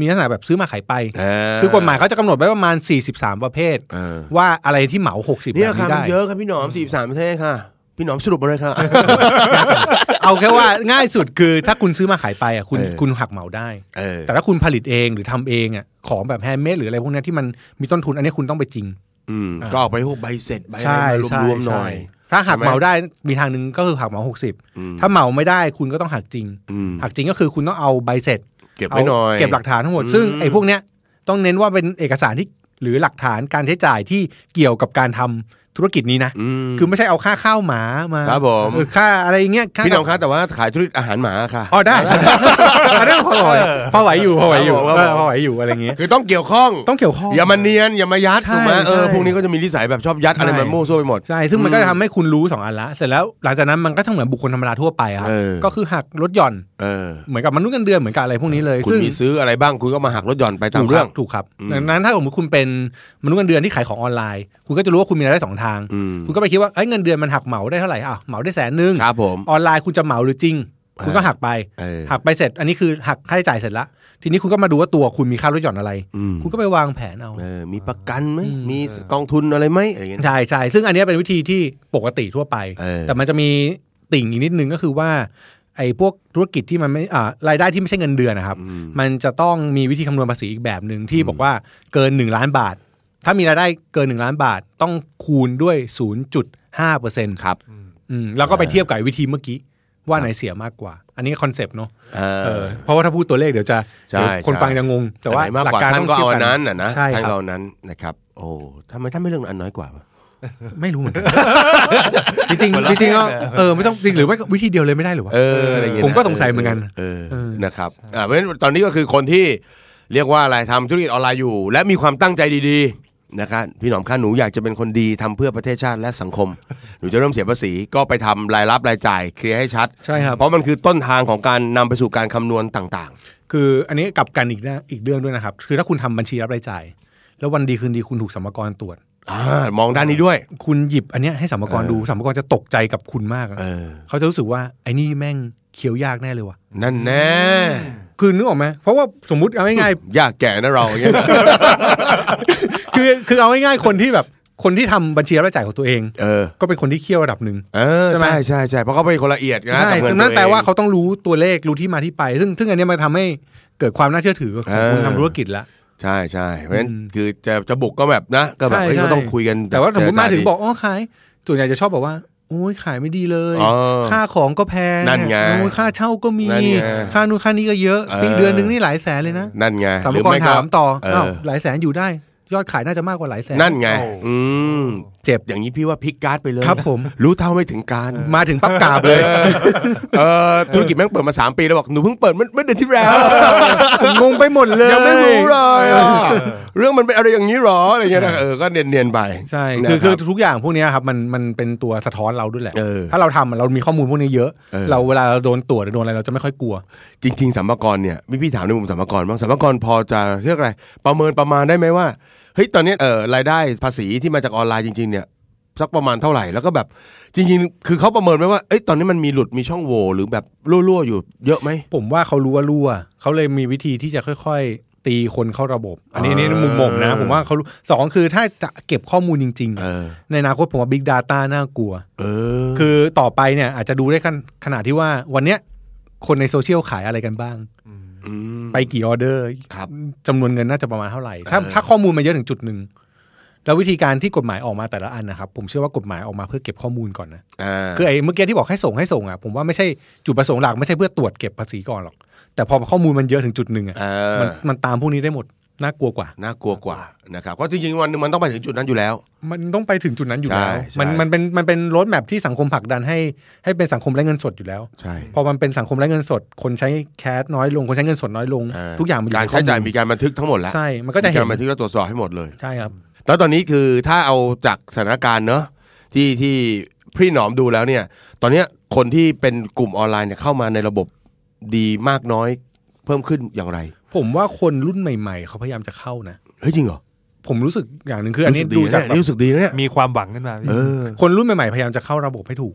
[SPEAKER 3] มีลักษณะแบบซื้อมาขายไป
[SPEAKER 1] เออ
[SPEAKER 3] คือกฎหมายเขาจะกำหนดไว้ประมาณ 43 ประเภท
[SPEAKER 1] เออ
[SPEAKER 3] ว่าอะไรที่เหมา 60
[SPEAKER 1] นี่
[SPEAKER 3] แบ
[SPEAKER 1] รา
[SPEAKER 3] บ
[SPEAKER 1] คา
[SPEAKER 3] นี้
[SPEAKER 1] มัน
[SPEAKER 3] ได้
[SPEAKER 1] เยอะครับพี่หนอมสี่สามเท่ค่ะ พี่หนอมสรุปมาเลยครับ
[SPEAKER 3] เอาแค่ว่าง่ายสุดคือถ้าคุณซื้อมาขายไปอ่ะคุณ
[SPEAKER 1] เออ
[SPEAKER 3] คุณหักเหมาได้
[SPEAKER 1] เออ
[SPEAKER 3] แต่ถ้าคุณผลิตเองหรือทำเองอ่ะของแบบแฮนด์เมดหรืออะไรพวกเนี้ยที่มันมีต้นทุนอันนี้คุณต้องไปจริง
[SPEAKER 1] อืม
[SPEAKER 3] อ่า
[SPEAKER 1] ก็เอาไปพวกใบเสร็จใบอะไรมารวมๆหน่อย
[SPEAKER 3] ถ้าหัก
[SPEAKER 1] ใช่ไหม
[SPEAKER 3] เหมาได้มีทางหนึงก็คือหักเหมาหกสิบ
[SPEAKER 1] อืม
[SPEAKER 3] ถ้าเหมาไม่ได้คุณก็ต้องหักจริง
[SPEAKER 1] อืม
[SPEAKER 3] หักจริงก็คือคุณต้องเอาใบเสร็จ
[SPEAKER 1] เก็บไว้หน่อย
[SPEAKER 3] เก็บหลักฐานทั้งหมด
[SPEAKER 1] อืม
[SPEAKER 3] ซึ่งไอ้พวกเนี้ยต้องเน้นว่าเป็นเอกสารที่หรือหลักฐานการใช้จ่ายที่เกี่ยวกับการทำธุรกิจนี้นะ
[SPEAKER 1] อืม
[SPEAKER 3] คือไม่ใช่เอาค่าข้าวหมามา
[SPEAKER 1] ครับผม
[SPEAKER 3] เออค่าอะไรเงี้ยา
[SPEAKER 1] พี่หนอมครับแต่ว่าขายธุรกิจอาหารหมาค่ะ
[SPEAKER 3] อ๋อได้ อันนั้นพอไหวพอไหวอยู่พอไหวอยู่
[SPEAKER 1] ครับผมครับผม
[SPEAKER 3] เออพอไหวอยู่อะไรเงี้ย
[SPEAKER 1] คือต้องเกี่ยวข้อง
[SPEAKER 3] ต้องเกี่ยวข้อง
[SPEAKER 1] อย่ามาเนียน อย่ามายัด
[SPEAKER 3] ใช่
[SPEAKER 1] ถูกไหมเออ
[SPEAKER 3] ใช่
[SPEAKER 1] พวกนี้ก็จะมีนิสัยแบบชอบยัดอะไร
[SPEAKER 3] ใช่
[SPEAKER 1] มาโม้โซ่วไปหมด
[SPEAKER 3] ใช่ ซึ่งมันก็
[SPEAKER 1] อืม
[SPEAKER 3] จะทำให้คุณรู้สองอันละ เสร็จแล้วหลังจากนั้นมันก็ต้องเหมือนบุคคลธรรมดาทั่วไปอะครับ
[SPEAKER 1] เออ
[SPEAKER 3] ก็คือหักลดหย่อน
[SPEAKER 1] เออ
[SPEAKER 3] เหมือนกับมนุษย์เงินเดือนเหมือนกับอะไรพวกนี้เลย
[SPEAKER 1] คุณ
[SPEAKER 3] ซึ่ง
[SPEAKER 1] มีซื้ออะไรบ้างคุณก็มาหักลดหย่อนไปตาม
[SPEAKER 3] ถูกค
[SPEAKER 1] เรื่อ
[SPEAKER 3] รั
[SPEAKER 1] บ ง
[SPEAKER 3] ถูกครับ
[SPEAKER 1] อืม
[SPEAKER 3] ดังนั้นถ้าสมมติคุณเป็นมนุษย์เงินเดือนที่ขายของออนไลน์ คุณก็จะรู้ว่าคุณมีรายได้สองทาง
[SPEAKER 1] อืม
[SPEAKER 3] คุณก็ไปคิดว่าเอ้ยเงินเดือนมันหักเหมาได้เท่าไหร่อ่ะเหมาได้แสนนึง
[SPEAKER 1] ครับผม
[SPEAKER 3] ออนไลน์คุณจะเหมาหรือจริง คุณก็หักไป
[SPEAKER 1] เออ
[SPEAKER 3] หักไปเสร็จอันนี้คือหักค่าใช้จ่ายเสร็จละทีนี้คุณก็มาดูว่าตัวคุณมีค่าลดหย่อนอะไร
[SPEAKER 1] อืม
[SPEAKER 3] คุณก็ไปวางแผนเอา
[SPEAKER 1] เออมีประกันไหม
[SPEAKER 3] อืม
[SPEAKER 1] มีกองทุนอะไรไหมอะไรอย่างเงี้ย
[SPEAKER 3] ใช่ใช่ซึ่งอันเนี้ยเป็นวิธีที่ปกติทั่วไป
[SPEAKER 1] เออ
[SPEAKER 3] แต่มันจะมีติ่งอีกนิดนึงก็คือว่าไอ้พวกธุรกิจที่มันไม่อ่ารายได้ที่ไม่ใช่เงินเดือนนะครับ
[SPEAKER 1] อืม
[SPEAKER 3] มันจะต้องมีวิธีคำนวณภาษีอีกแบบหนึ่งที่บอกว่าเกิน 1 ล้านบาท ถ้ามีรายได้เกิน 1 ล้านบาทต้องคูณด้วย 0.5เปอร์เซ็นต์
[SPEAKER 1] ครับ
[SPEAKER 3] อืมแล้วก็ไปเทียบกับวิธีเมื่อกี้ว่าไหนเสียมากกว่า อันนี้คอนเซปต์เนาะ
[SPEAKER 1] เอ
[SPEAKER 3] เอ
[SPEAKER 1] อ
[SPEAKER 3] อเพราะว่าถ้าพูดตัวเลขเดี๋ยวจะ
[SPEAKER 1] ใช่
[SPEAKER 3] เดี๋ยวคน
[SPEAKER 1] ใช่
[SPEAKER 3] ฟังจะงง แต่ว่า
[SPEAKER 1] อันไหนมาก
[SPEAKER 3] หลั
[SPEAKER 1] กว่าก
[SPEAKER 3] การ
[SPEAKER 1] ท่าน
[SPEAKER 3] ต้อง
[SPEAKER 1] ก็
[SPEAKER 3] เทีย
[SPEAKER 1] เอา
[SPEAKER 3] บ
[SPEAKER 1] อั
[SPEAKER 3] กัน น
[SPEAKER 1] นั้นน่ะนะ
[SPEAKER 3] ใช่
[SPEAKER 1] ท่าน
[SPEAKER 3] ครั
[SPEAKER 1] ก็
[SPEAKER 3] บ
[SPEAKER 1] เอาอันนั้นนะครับโอ้ทำไมท่านไม่เลือกอันน้อยกว่าวะ
[SPEAKER 3] ไม่รู้เหมือนกัน จริง
[SPEAKER 2] หัวเราะ
[SPEAKER 3] ๆจริงๆก็
[SPEAKER 2] แน่เลย
[SPEAKER 3] เออไม่ต้องจริงหรือไม่ก็วิธีเดียวเลยไม่ได้หรือวะ
[SPEAKER 1] เอออะไรอย่างเงี้ยนะ
[SPEAKER 3] ผมก็สงสัยเหมือนกัน
[SPEAKER 1] เออ
[SPEAKER 3] เออ
[SPEAKER 1] นะครับอ่าเพราะฉะนั้นตอนนี้ก็คือคนที่เรียกว่าอะไรทำธุรกิจออนไลน์อยู่ และมีความตั้งใจดีๆนะครับพี่หนอมข้าหนูอยากจะเป็นคนดีทำเพื่อประเทศชาติและสังคม หนูจะเริ่มเสียภาษีก็ไปทำรายรับรายจ่ายเคลียร์ให้ชัด
[SPEAKER 3] ใช่ครับ
[SPEAKER 1] เพราะมันคือต้นทางของการนำไปสู่การคำนวณต่าง
[SPEAKER 3] คืออันนี้กลับกันอีกนะอีกเรื่องด้วยนะครับ คือถ้าคุณทำบัญชีรับรายจ่าย แล้ววันดีคืนดีคุณถูกสัมภากรตรวจ
[SPEAKER 1] ๆอ่ามองด้านนี้ด้วย
[SPEAKER 3] คุณหยิบอันเนี้ยให้สัมภากร
[SPEAKER 1] เออ
[SPEAKER 3] ดูสัมภากรจะตกใจกับคุณมากนะ
[SPEAKER 1] เออ
[SPEAKER 3] เขาจะรู้สึกว่าไอ้นี่แม่งเคี้ยวยากแน่เลยวะ
[SPEAKER 1] นั่นแน่
[SPEAKER 3] คือนึกออกไหมเพราะว่าสมมติเอาง่าย
[SPEAKER 1] ยากแก่นะเราอย่างเงี้ย
[SPEAKER 3] ๆ คือคือเอาง่ายๆคนที่แบบคนที่ทำบัญชีรับรายจ่ายของตัวเอง
[SPEAKER 1] เออ
[SPEAKER 3] ก็เป็นคนที่เคี้ยวระดับหนึ่ง
[SPEAKER 1] เออ
[SPEAKER 3] ใช่ไหม
[SPEAKER 1] ใช่ใช่ใช่เพราะเขาเป็นคนละเอียดนะ
[SPEAKER 3] ใช่
[SPEAKER 1] กับเงิ
[SPEAKER 3] ดังนั้น
[SPEAKER 1] ตั
[SPEAKER 3] แปล
[SPEAKER 1] อง
[SPEAKER 3] ว่าเขาต้องรู้ตัวเลขรู้ที่มาที่ไป ซึ่งซึ่งอันเนี้ยมันทำให้เกิดความน่าเชื่อถือของคน
[SPEAKER 1] เออ
[SPEAKER 3] ทำธุรกิจละ
[SPEAKER 1] ใช่ใช่เพราะฉะนั้น
[SPEAKER 3] อืม
[SPEAKER 1] คือจะจะบุกก็แบบนะก็แบบ
[SPEAKER 3] ใช่
[SPEAKER 1] เฮ้ย
[SPEAKER 3] ใช่
[SPEAKER 1] ก็ต้องคุยกัน
[SPEAKER 3] แต่ว่าสมมติมาถึง
[SPEAKER 1] เจจดี
[SPEAKER 3] บอกอ๋อขายส่วนใหญ่จะชอบบอกว่าโอ้ยขายไม่ดีเลย
[SPEAKER 1] อ๋อ
[SPEAKER 3] ค่าของก็แพง
[SPEAKER 1] นั่นไง
[SPEAKER 3] โอ้ยค่าเช่าก็มี
[SPEAKER 1] นั่นไง
[SPEAKER 3] ค่านู่นค่านี้ก็เยอะ
[SPEAKER 1] เออ
[SPEAKER 3] ปีเดือนหนึ่งนี่หลายแสนเลยนะ
[SPEAKER 1] นั่นไง
[SPEAKER 3] สาม
[SPEAKER 1] หรือ
[SPEAKER 3] ก่อน
[SPEAKER 1] ไม่ก็
[SPEAKER 3] ถามต่อ
[SPEAKER 1] เอออ้
[SPEAKER 3] อ้าวหลายแสนอยู่ได้ ยอดขายน่าจะมากกว่าหลายแสน
[SPEAKER 1] นั่นไง
[SPEAKER 2] โอ้
[SPEAKER 1] อืม
[SPEAKER 3] เจ็บ
[SPEAKER 1] อย่างนี้พี่ว่าพลิกการ์ดไปเลย
[SPEAKER 3] ครับผม
[SPEAKER 1] รู้เท่าไม่ถึงการ
[SPEAKER 3] มาถึงปั๊บกราบเลย
[SPEAKER 1] เออธุรกิจแม่งเปิดมา 3 ปีแล้วบอกหนูเพิ่งเปิดเมื่อเมื่อเดือนที่แล้ว
[SPEAKER 3] ผมงงไปหมดเลย
[SPEAKER 1] ยังไม่รู้เลยอ่ะเรื่องมันเป็นอะไรอย่างนี้หรออะไรเงี้ยนะเออก็เนียนๆไป
[SPEAKER 3] ใช่
[SPEAKER 1] นะ
[SPEAKER 3] คือคือ
[SPEAKER 1] รับ
[SPEAKER 3] ทุกอย่างพวกเนี้ยครับมันมันเป็นตัวสะท้อนเราด้วยแหละ
[SPEAKER 1] เออ
[SPEAKER 3] ถ้าเราทำอะเรามีข้อมูลพวกนี้เยอะ
[SPEAKER 1] เออ
[SPEAKER 3] เราเวลาเราโดนตรวจหรือโดนอะไรเราจะไม่ค่อยกลัว
[SPEAKER 1] จริงๆสัมภากระเนี่ยพี่พี่ถามในมุมสัมภากระบ้างสัมภากระพอจะเรียกอะไร ประเมินประมาณได้ไหมว่าเฮ้ยตอนเนี้ยเออรายได้ภาษีที่มาจากออนไลน์จริง ๆ เนี่ยสักประมาณเท่าไหร่แล้วก็แบบจริง ๆ คือเขาประเมินไหมว่าเอ้ยตอนนี้มันมีหลุดมีช่องโหว่หรือแบบรั่วๆอยู่เยอะไหม
[SPEAKER 3] ผมว่าเขารู้ว่ารั่วเขาเลยมีวิธีที่จะค่อยๆ ตีคนเข้าระบบ อันนี้
[SPEAKER 1] เออ
[SPEAKER 3] นี่มุมผมนะ ผมว่าเขารู้สองคือถ้าจะเก็บข้อมูลจริง
[SPEAKER 1] เออ
[SPEAKER 3] ๆ ในอนาคตผมว่า Big Data น่ากลัว
[SPEAKER 1] เออ
[SPEAKER 3] คือต่อไปเนี่ยอาจจะดูได้ขั้นขนาดที่ว่าวันเนี้ยคนในโซเชียลขายอะไรกันบ้าง
[SPEAKER 1] ม
[SPEAKER 3] ไปกี่ออเดอร์
[SPEAKER 1] ครับ
[SPEAKER 3] จำนวนเงินน่าจะประมาณเท่าไหร่ ถ้า
[SPEAKER 1] เออ
[SPEAKER 3] ถ้าข้อมูลมันเยอะถึงจุดหนึ่งแล้ววิธีการที่กฎหมายออกมาแต่ละอันนะครับ ผมเชื่อว่ากฎหมายออกมาเพื่อเก็บข้อมูลก่อนนะ
[SPEAKER 1] อ่า
[SPEAKER 3] คือไอ้เมื่อกี้ที่บอกให้ส่งให้ส่งอ่ะผมว่าไม่ใช่จุดประสงค์หลักไม่ใช่เพื่อตรวจเก็บภาษีก่อนหรอก แต่พอข้อมูลมันเยอะถึงจุดหนึ่งอ่ะ
[SPEAKER 1] เออ
[SPEAKER 3] มันมันตามพวกนี้ได้หมดน่ากลัวกว่า
[SPEAKER 1] น่ากลัวกว่านะครับก็จริงๆวันหนึงมันต้องไปถึงจุดนั้นอยู่แล้ว
[SPEAKER 3] มันต้องไปถึงจุดนั้นอยู่
[SPEAKER 1] ใช่
[SPEAKER 3] แล้วมัน
[SPEAKER 1] ใช่
[SPEAKER 3] มันเป็นมันเป็นรถแมพที่สังคมผลักดันให้ให้เป็นสังคมไร้เงินสดอยู่แล้ว
[SPEAKER 1] ใช่
[SPEAKER 3] พอมันเป็นสังคมไร้เงินสด คนใช้แคชน้อยลงคนใช้เงินสดน้อยลง ทุกอย่างมันอยู่
[SPEAKER 1] การ
[SPEAKER 3] ในข้
[SPEAKER 1] ใช้
[SPEAKER 3] อมูล
[SPEAKER 1] จ่ายมีการบันทึกทั้งหมดแล้ว
[SPEAKER 3] ใช่มันก็จะ
[SPEAKER 1] มี
[SPEAKER 3] เห็
[SPEAKER 1] กาน รบันทึกและตรวจสอบให้หมดเลย
[SPEAKER 3] ใช่ครับ
[SPEAKER 1] แล้วตอนนี้คือถ้าเอาจากสถานการณ์เนอะที่ที่พี่หนอมดูแล้วเนี่ย ตอนเนี้ยคนที่เป็นกลุ่มออนไลน์เนี่ยเข้ามาในระบบดีมากน้อยเพิ่มขึ้นอย่างไร
[SPEAKER 3] ผมว่าคนรุ่นใหม่ ๆ เขาพยายามจะเข้านะ
[SPEAKER 1] เฮ้ยจริงเหรอ
[SPEAKER 3] ผมรู้สึกอย่างหนึ่งคืออันนี้ดูจาก
[SPEAKER 1] นะ
[SPEAKER 3] แบบ
[SPEAKER 1] เนี่ยรู้สึกดีนะเนี่ย
[SPEAKER 2] มีความหวังขึ้นมา
[SPEAKER 1] เออ
[SPEAKER 3] คนรุ่นใหม่ๆพยายามจะเข้าระบบให้ถูก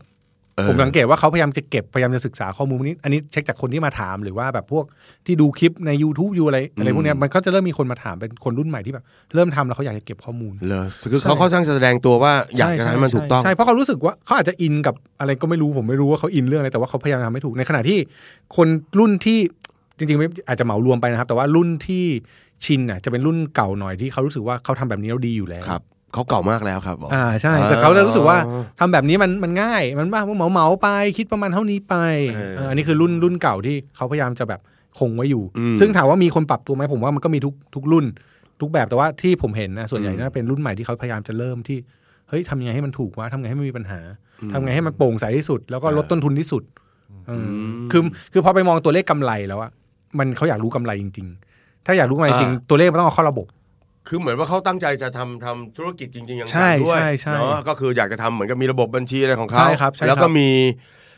[SPEAKER 1] ออ
[SPEAKER 3] ผมสังเกตว่าเขาพยายามจะเก็บพยายามจะศึกษาข้อมูลนี้ อันนี้เช็คจากคนที่มาถามหรือว่าแบบพวกที่ดูคลิปใน YouTube อยู่อะไรอะไรพวกเนี้ยมันก็จะเริ่มมีคนมาถามเป็นคนรุ่นใหม่ที่แบบเริ่มทำแล้วเขาอยากจะเก็บข้อมูล
[SPEAKER 1] เหรอคือเขาค่อนข้างจะแสดงตัวว่าอยากจะทำให้มันถูกต้อง
[SPEAKER 3] ใช่เพราะเขารู้สึกว่าเขาอาจจะอินกับอะไรก็ไม่รู้ผมไม่รู้ว่าเขาอินเรื่องอะไรแต่ว่าเขาพยายามทำให้ถูกในขณะที่คนรุ่นที่จริงๆไม่อาจจะเหมารวมไปนะครับ แต่ว่ารุ่นที่ชินน่ะจะเป็นรุ่นเก่าหน่อยที่เขารู้สึกว่าเขาทำแบบนี้แล้วดีอยู่แล้ว
[SPEAKER 1] ครับเขาเก่ามากแล้วครับบอก
[SPEAKER 3] อ่าใช่แต่เขาจะรู้สึกว่าทำแบบนี้มันมันง่าย มันบ้าเหมาเหมาๆไปคิดประมาณเท่านี้ไป
[SPEAKER 1] เออ
[SPEAKER 3] เอออันนี้คือรุ่นรุ่นเก่าที่เขาพยายามจะแบบคงไว้อยู่
[SPEAKER 1] อืม
[SPEAKER 3] ซึ่งถามว่ามีคนปรับตัวไหมผมว่ามันก็มีทุกทุกรุ่น ทุกแบบแต่ว่าที่ผมเห็นนะส่วนใหญ่น่าเป็นรุ่นใหม่ที่เขาพยายามจะเริ่มที่เฮ้ยทำยังไงให้มันถูกวะทำไงให้ไม่มีปัญหาทำไงให้มันโปร่งใสที่สุด แล้วก็ลดต้นทุนที่สุดเออ
[SPEAKER 1] ม
[SPEAKER 3] คือคือพอไปมองตัวเลขกำไรแล้วอะมันเขาอยากรู้กำไรจริง ๆ ถ้าอยากรู้กำไรจริง
[SPEAKER 1] อ่า
[SPEAKER 3] ตัวเลขมันต้องเอาเข้าระบบ
[SPEAKER 1] คือเหมือนว่าเขาตั้งใจจะทำทำธุรกิจจริงๆอย่าง
[SPEAKER 3] ใช่
[SPEAKER 1] นั้นด้วย
[SPEAKER 3] ใช่ใช่
[SPEAKER 1] เนาะก็คืออยากจะทำเหมือนกับมีระบบบัญชีอะไรของเขา
[SPEAKER 3] ใช่ครับใช่ครับ
[SPEAKER 1] แล้วก็มี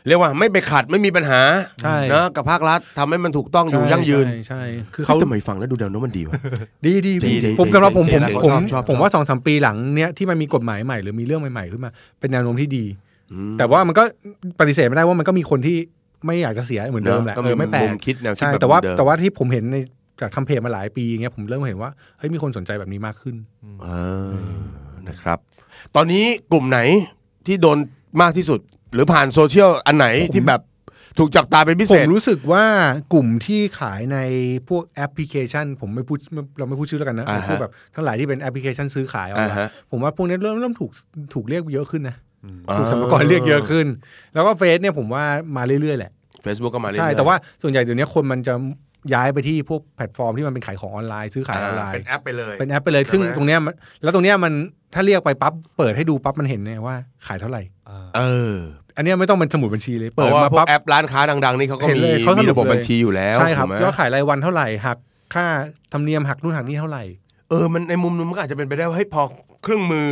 [SPEAKER 1] เรียกว่าไม่ไปขัดไม่มีปัญหา
[SPEAKER 3] ใช่
[SPEAKER 1] นะกับภาครัฐทำให้มันถูกต้องอยู่ยั่งยืน
[SPEAKER 3] ใช่ใช่ใช่คือ
[SPEAKER 1] เขา
[SPEAKER 3] เขา
[SPEAKER 1] ทำไมฟังแล้วดูแนวโน้มมันดีวะ
[SPEAKER 3] ดีดี
[SPEAKER 1] เจ๋งเจ๋ง
[SPEAKER 3] ผม
[SPEAKER 1] เจ๋ง
[SPEAKER 3] สำหรับผม
[SPEAKER 1] เจ๋
[SPEAKER 3] ผ
[SPEAKER 1] ง
[SPEAKER 3] ม
[SPEAKER 1] เจ๋งช
[SPEAKER 3] ผม
[SPEAKER 1] อบชอบ
[SPEAKER 3] ผม
[SPEAKER 1] ชอบ
[SPEAKER 3] ว่าสองสามปีหลังเนี้ยที่มันมีกฎหมายใหม่หรือมีเรื่องใหม่ๆขึ้นมา เป็นแนวโน้มที่ดี แต่ว่ามันก็ปฏิเสธไม่ได้ว่ามันก็มีคนที่ไม่อยากจะเสียเหมือนเดิมแหละ
[SPEAKER 1] เนอะก็มี
[SPEAKER 3] เออไม่แปล
[SPEAKER 1] มุ
[SPEAKER 3] ก
[SPEAKER 1] มคิดแนวคิด
[SPEAKER 3] ใช่
[SPEAKER 1] แบบ
[SPEAKER 3] แต่ว่า
[SPEAKER 1] เดิม
[SPEAKER 3] แต่ว่าที่ผมเห็นในจากทำเพจมาหลายปีอย่างเงี้ยผมเริ่มเห็นว่าเฮ้ยมีคนสนใจแบบนี้มากขึ้น
[SPEAKER 1] อ่านะครับ ตอนนี้กลุ่มไหนที่โดนมากที่สุด หรือผ่านโซเชียลอันไหนที่แบบถูกจับตาเป็นพิ
[SPEAKER 3] ผ
[SPEAKER 1] เศ
[SPEAKER 3] ม
[SPEAKER 1] ษ
[SPEAKER 3] รู้สึกว่ากลุ่มที่ขายในพวกแอปพลิเคชัน ผมไม่พูดเราไม่พูดชื่อแล้วกันนะ
[SPEAKER 1] อ่าฮะ
[SPEAKER 3] เราพูดแบบทั้งหลายที่เป็นแอปพลิเคชันซื้อขายออนไล
[SPEAKER 1] อ่าฮะ
[SPEAKER 3] น์ผมว่าพวกนี้เริ่มเริ่มถูกถูกเรียกเยอะขึ้นนะ ถูกสมกรเรียกเยอะขึ้น แล้วก็เฟซเนี่ยผมว่ามาเรื่อยๆแหละ
[SPEAKER 1] Facebook ก็มาเรื่อยๆ
[SPEAKER 3] ใช่ แต่ว่าส่วนใหญ่เดี๋ยวนี้คนมันจะย้ายไปที่พวกแพลตฟอร์มที่มันเป็นขายของออนไลน์ซื้อขายออนไล
[SPEAKER 1] เป็
[SPEAKER 3] น์
[SPEAKER 1] นแอปไปเลย
[SPEAKER 3] เป็นแอปไปเลย ซึ่ง
[SPEAKER 1] ใช่ไหม
[SPEAKER 3] ตรงเนี้ยมันแล้วตรงเนี้ยมันถ้าเรียกไปปั๊บเปิดให้ดูปั๊บมันเห็นเนี่ยว่าขายเท่าไหร่
[SPEAKER 1] เออ
[SPEAKER 3] อันเนี้ยไม่ต้องเป็นสมุดบัญชีเลย
[SPEAKER 1] เปิ
[SPEAKER 3] เปิ
[SPEAKER 1] ด
[SPEAKER 3] ด
[SPEAKER 1] ว่า
[SPEAKER 3] มา
[SPEAKER 1] พว
[SPEAKER 3] ปั๊
[SPEAKER 1] ก
[SPEAKER 3] บ
[SPEAKER 1] แอปร้านค้าดัง ๆ นี่เขาก็
[SPEAKER 3] เห็น
[SPEAKER 1] มี
[SPEAKER 3] เลยเขาส
[SPEAKER 1] มี
[SPEAKER 3] รุป
[SPEAKER 1] บบ
[SPEAKER 3] ระเลย
[SPEAKER 1] บัญชีอยู่แล้ว
[SPEAKER 3] ใช่ครับ
[SPEAKER 1] ถูกไหม
[SPEAKER 3] ยอดขายรายวันเท่าไหร่หักค่าธรรมเนียมหักนู่นหักนี่เท่าไหร่
[SPEAKER 1] เออมันในมุมนึงมันก็อาจจะเป็นไปได้ว่าให้ยพอเครื่องมือ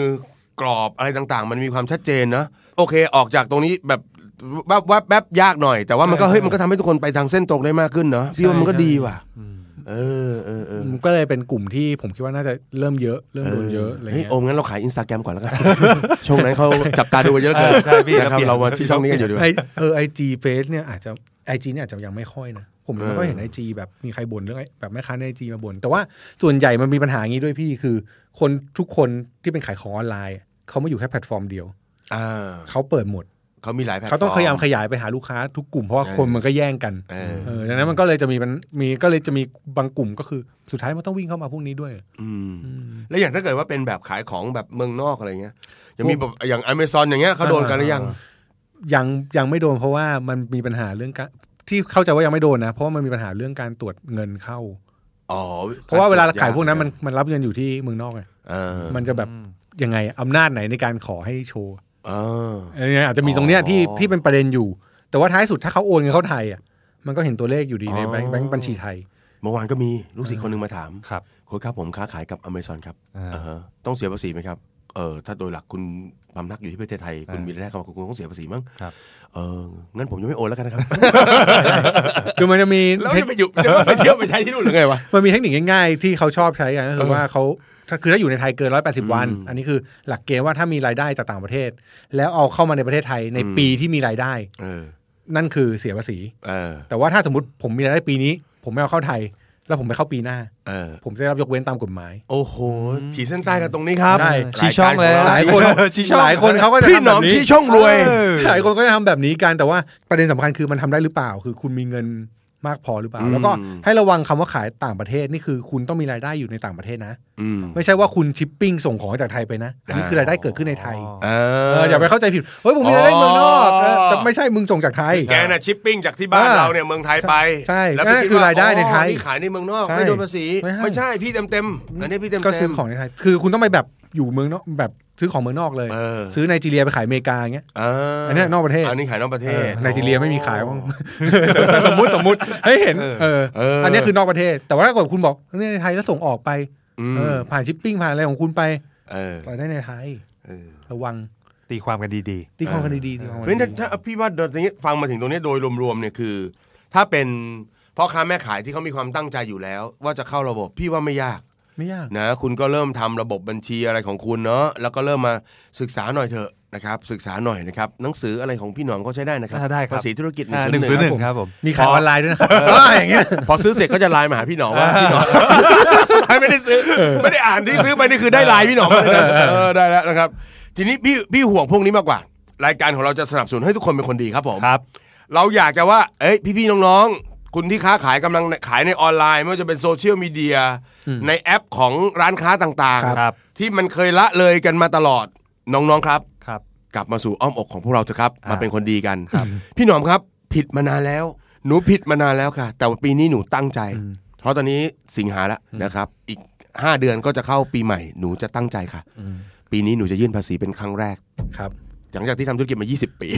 [SPEAKER 1] กรอบอะไรต่างๆ มันมีความชัดเจนนะโอเคออกจากตรงนี้แบบแวบแวบแวบยากหน่อย แต่ว่ามันก็
[SPEAKER 3] ใช่
[SPEAKER 1] เฮ้ยมันก็ทำให้ทุกคนไปทางเส้นตรงได้มากขึ้นเนาะพี่ว่ามันก็
[SPEAKER 3] ใช่
[SPEAKER 1] ดีว่ะเออเออเออ
[SPEAKER 3] ก็เลยเป็นกลุ่มที่ผมคิดว่าน่าจะเริ่มเยอะเริ่มโดนเยอะอะไร
[SPEAKER 1] ฮ้ย
[SPEAKER 3] เงี้ย
[SPEAKER 1] โอมงั้นเราขายอินสตาแกรมก่อนแล้ว กัน ช่วงนั้นเขาจับตาดูกันเยอะเกิน
[SPEAKER 2] เออใช่พี่
[SPEAKER 1] นะครับ
[SPEAKER 2] เราเปลี่
[SPEAKER 1] เรา
[SPEAKER 2] ยน
[SPEAKER 1] มาที่ช่องนี้กันอยู่ดีกว่า
[SPEAKER 3] ไอเออไอจีเฟซเนี่ยอาจจะไอจีเนี่ยอาจจะยังไม่ค่อยนะ ผมยังไม่ค่อยเห็นไอจีแบบมีใครบ่นเรื่องไอ้แบบแม่ค้าในไอจีมาบ่นแต่ว่าส่วนใหญ่มันมีปัญหาอย่างนี้ด้วยพี่คือ คนทุกคนที่เป็นขายของออนไลน์ เขาไม่อยู่แค่แพลตฟอร์มเดียว
[SPEAKER 1] อ่า
[SPEAKER 3] เขาเปิดหมด
[SPEAKER 1] เขามีหลายแพลตฟอร์ม
[SPEAKER 3] เขาต้องพยายามขยายไปหาลูกค้าทุกกลุ่มเพราะว่า
[SPEAKER 1] เออ
[SPEAKER 3] คนมันก็แย่งกัน
[SPEAKER 1] เออ
[SPEAKER 3] เออดังนั้นมันก็เลยจะมีมันมีก็เลยจะมีบางกลุ่มก็คือสุดท้ายมันต้องวิ่งเข้ามาพวกนี้ด้วย
[SPEAKER 1] อืมแล้วอย่างถ้าเกิดว่าเป็นแบบขายของแบบเมืองนอกอะไรเงี้ยยังมีแบบอย่างอเมซอนอย่างเงี้ยเขาโดนกันหรือยัง
[SPEAKER 3] ยังยังไม่โดนเพราะว่ามันมีปัญหาเรื่องการที่เข้าใจว่ายังไม่โดนนะ เพราะว่ามันมีปัญหาเรื่องการตรวจเงินเข้า
[SPEAKER 1] อ๋อ
[SPEAKER 3] เพราะว่าเวลาขายพวกนั้นมันมันรับเงินอยู่ที่เมืองนอกไง
[SPEAKER 1] เออ
[SPEAKER 3] มันจะแบบยังไงอำนาจไหนในการขอให้โชว์
[SPEAKER 1] เออ
[SPEAKER 3] อันนี้อาจจะมีตรงเนี้ยที่
[SPEAKER 1] อ๋อ
[SPEAKER 3] ที่เป็นประเด็นอยู่ แต่ว่าท้ายสุดถ้าเขาโอนเงินเข้าไทยอ่ะมันก็เห็นตัวเลขอยู่ดีในแบง
[SPEAKER 1] อ๋
[SPEAKER 3] ค์
[SPEAKER 1] อ
[SPEAKER 3] แบงค์บัญชีไทย
[SPEAKER 1] เมื่อวานก็มีลูกศิษย์คนหนึงมาถาม
[SPEAKER 2] ครับ
[SPEAKER 1] โค้ชครับผมค้าขายกับอเมซอนครับ
[SPEAKER 2] อ่า
[SPEAKER 1] อ่าฮะต้องเสียภาษีไหมครับเออถ้าโดยหลักคุณพำนักอยู่ที่ประเทศไทยคุณมีรายได้เข้ามาคุณต้องเสียภาษีมั้ง
[SPEAKER 2] ครับ
[SPEAKER 1] เอองั้นผมยังไม่โอนแล้วกันนะครับ
[SPEAKER 3] คือมันจะมี
[SPEAKER 1] แล้วจะไป อยู่จะไปเที่ยวไปใช้ที่นู่นหรือไงวะ
[SPEAKER 3] มันมีเทคนิคง่ายๆที่เขาชอบใช้กันก็คือว่าเขาถ้าคือถ้าอยู่ในไทยเกิน 180 วัน
[SPEAKER 1] อืม
[SPEAKER 3] อันนี้คือหลักเกณฑ์ว่าถ้ามีรายได้จากต่างประเทศ แล้วเอาเข้ามาในประเทศไทยใน
[SPEAKER 1] อืม
[SPEAKER 3] ปีที่มีรายได้
[SPEAKER 1] เออ
[SPEAKER 3] นั่นคือเสียภาษี
[SPEAKER 1] เออ
[SPEAKER 3] แต่ว่าถ้าสมมติผมมีรายได้ปีนี้ ผมไม่เอาเข้าไทย แล้วผมไปเข้าปีหน้า
[SPEAKER 1] เออ
[SPEAKER 3] ผมจะได้รับยกเว้นตามกฎหมาย
[SPEAKER 1] โอ้โห ผีเส้นใต้กันตรงนี้ครับ
[SPEAKER 3] ได้
[SPEAKER 2] ชี้ช่องแล้ว
[SPEAKER 3] หลายคนหลายคนเขาก็จะ
[SPEAKER 1] พี่หน
[SPEAKER 3] ทำแบ
[SPEAKER 1] อม
[SPEAKER 3] บนี้
[SPEAKER 1] ชี้ช่องรวย
[SPEAKER 2] เออ
[SPEAKER 3] หลายคนก็จะทำแบบนี้กันแต่ว่าประเด็นสำคัญคือมันทำได้หรือเปล่า คือคุณมีเงินมากพอหรือเปล่า
[SPEAKER 1] อืม
[SPEAKER 3] แล้วก็ให้ระวังคำว่าขายต่างประเทศนี่คือ คุณต้องมีรายได้อยู่ในต่างประเทศนะ
[SPEAKER 1] อืม
[SPEAKER 3] ไม่ใช่ว่าคุณชิปปิ้งส่งของจากไทยไปนะ อันนี้คือรายได้เกิดขึ้นในไทย
[SPEAKER 1] เอ
[SPEAKER 3] เอออย่าไปเข้าใจผิด เฮ้ย ผมมีรายได้เมืองนอกเออแต่ไม่ใช่มึงส่งจากไทย
[SPEAKER 1] แกน่ะชิปปิ้งจากที่บ้าน
[SPEAKER 3] อ่า
[SPEAKER 1] เราเนี่ยเมืองไทยไป
[SPEAKER 3] ใช่
[SPEAKER 1] แล้ว
[SPEAKER 3] นั่นคือรายได้ในไทย
[SPEAKER 1] นี่ขายในเมืองนอก
[SPEAKER 3] ใช่
[SPEAKER 1] ไม่โดนภาษี
[SPEAKER 3] ไม่ให้
[SPEAKER 1] ไม่ใช่พี่เต็มเต็มๆอันนี้พี่เต็มเต็ม
[SPEAKER 3] ก็ซื้อของในไทย คือคุณต้องไปแบบอยู่เมืองนอกแบบซื้อของเมืองนอกเลย
[SPEAKER 1] เออ
[SPEAKER 3] ซื้อไนจีเรียไปขายอเมริกาอย่างเงี้ย
[SPEAKER 1] เอออั
[SPEAKER 3] นเนี้ยนอกประเทศ
[SPEAKER 1] อันนี้ขายนอกประเทศ
[SPEAKER 3] ไนจีเรียไม่มีขายมั้ง สมมติสมมติให้เห็นเออ
[SPEAKER 1] เอออั
[SPEAKER 3] อันเนี้ยคือนอกประเทศ แต่ว่าถ้าเกิดคุณบอกเนี่ยในไทยแล้วส่งออกไป
[SPEAKER 1] ม
[SPEAKER 3] เออผ่านชิปปิ้งผ่านอะไรของคุณไป
[SPEAKER 1] เออ
[SPEAKER 3] รายได้ในไทย
[SPEAKER 1] เออ
[SPEAKER 3] ระวัง
[SPEAKER 2] ตีความกันดี
[SPEAKER 3] ตีความกันดีๆตีความกัน
[SPEAKER 1] เพราะฉะนั้
[SPEAKER 3] ดี
[SPEAKER 1] น
[SPEAKER 3] ๆ
[SPEAKER 1] ถ้าพี่ว่าตรงนี้ฟังมาถึงตรงนี้โดยรวมๆเนี่ยคือ ถ้าเป็นพ่อค้าแม่ขายที่เขามีความตั้งใจอยู่แล้ว ว่าจะเข้าระบบพี่ว่าไม่ยาก
[SPEAKER 3] ไม่ยาก
[SPEAKER 1] นะคุณก็เริ่มทำระบบบัญชีอะไรของคุณเนาะแล้วก็เริ่มมาศึกษาหน่อยเถอะ นะครับศึกษาหน่อยนะครับหนังสืออะไรของพี่หนอมก็ใช้ได้นะครับ
[SPEAKER 2] อ่าได้ครับ
[SPEAKER 1] ภาษีธุรกิจ
[SPEAKER 2] อ่า
[SPEAKER 1] 101
[SPEAKER 2] หนึ่งศูนย์หนึ่
[SPEAKER 1] ค
[SPEAKER 2] งครับ รับผม
[SPEAKER 3] มีขายออนไลน์ด้วยนะครับ
[SPEAKER 1] เอออย่างเงี้ยพอซื้อเสร็จก็จะไลน์มาหาพี่หนอมว่าพี่หนอมสุดท้าย ไม่ได้ซื้อไม่ได้อ่านที่ซื้อไปนี่คือได้ไลน์พี่หนอมมาเลยนะเออได้แล้วนะครับ ทีนี้พี่พี่ห่วงพวกนี้มากกว่า รายการของเราจะสนับสนุนให้ทุกคนเป็นคนดีครับผม
[SPEAKER 2] ครับ
[SPEAKER 1] เราอยากจะว่า เอ้ย พี่ ๆ น้อง ๆ คุณที่ค้าขายกำลังขายในออนไลน์ ไม่ว่าจะเป็นโซเชียลมีเดีย ในแอปของร้านค้าต่าง
[SPEAKER 2] ครับ
[SPEAKER 1] ๆ ที่มันเคยละเลยกันมาตลอด น้อง ๆ ครับ
[SPEAKER 2] ครับ
[SPEAKER 1] กลับมาสู่อ้อมอกของพวกเราเถอะครับ
[SPEAKER 2] อ่าม
[SPEAKER 1] มาเป็นคนดีกัน พี่หนอมครับ ผิดมานานแล้ว หนูผิดมานานแล้วค่ะ แต่ว่าปีนี้หนูตั้งใจ เพราะตอนนี้สิงหาแล้วนะครับ อีก 5 เดือนก็จะเข้าปีใหม่ หนูจะตั้งใจค่ะ ปีนี้หนูจะยื่นภาษีเป็นครั้งแรก
[SPEAKER 3] ครับ
[SPEAKER 1] หลังจากที่ทำธุรกิจมา 20 ปี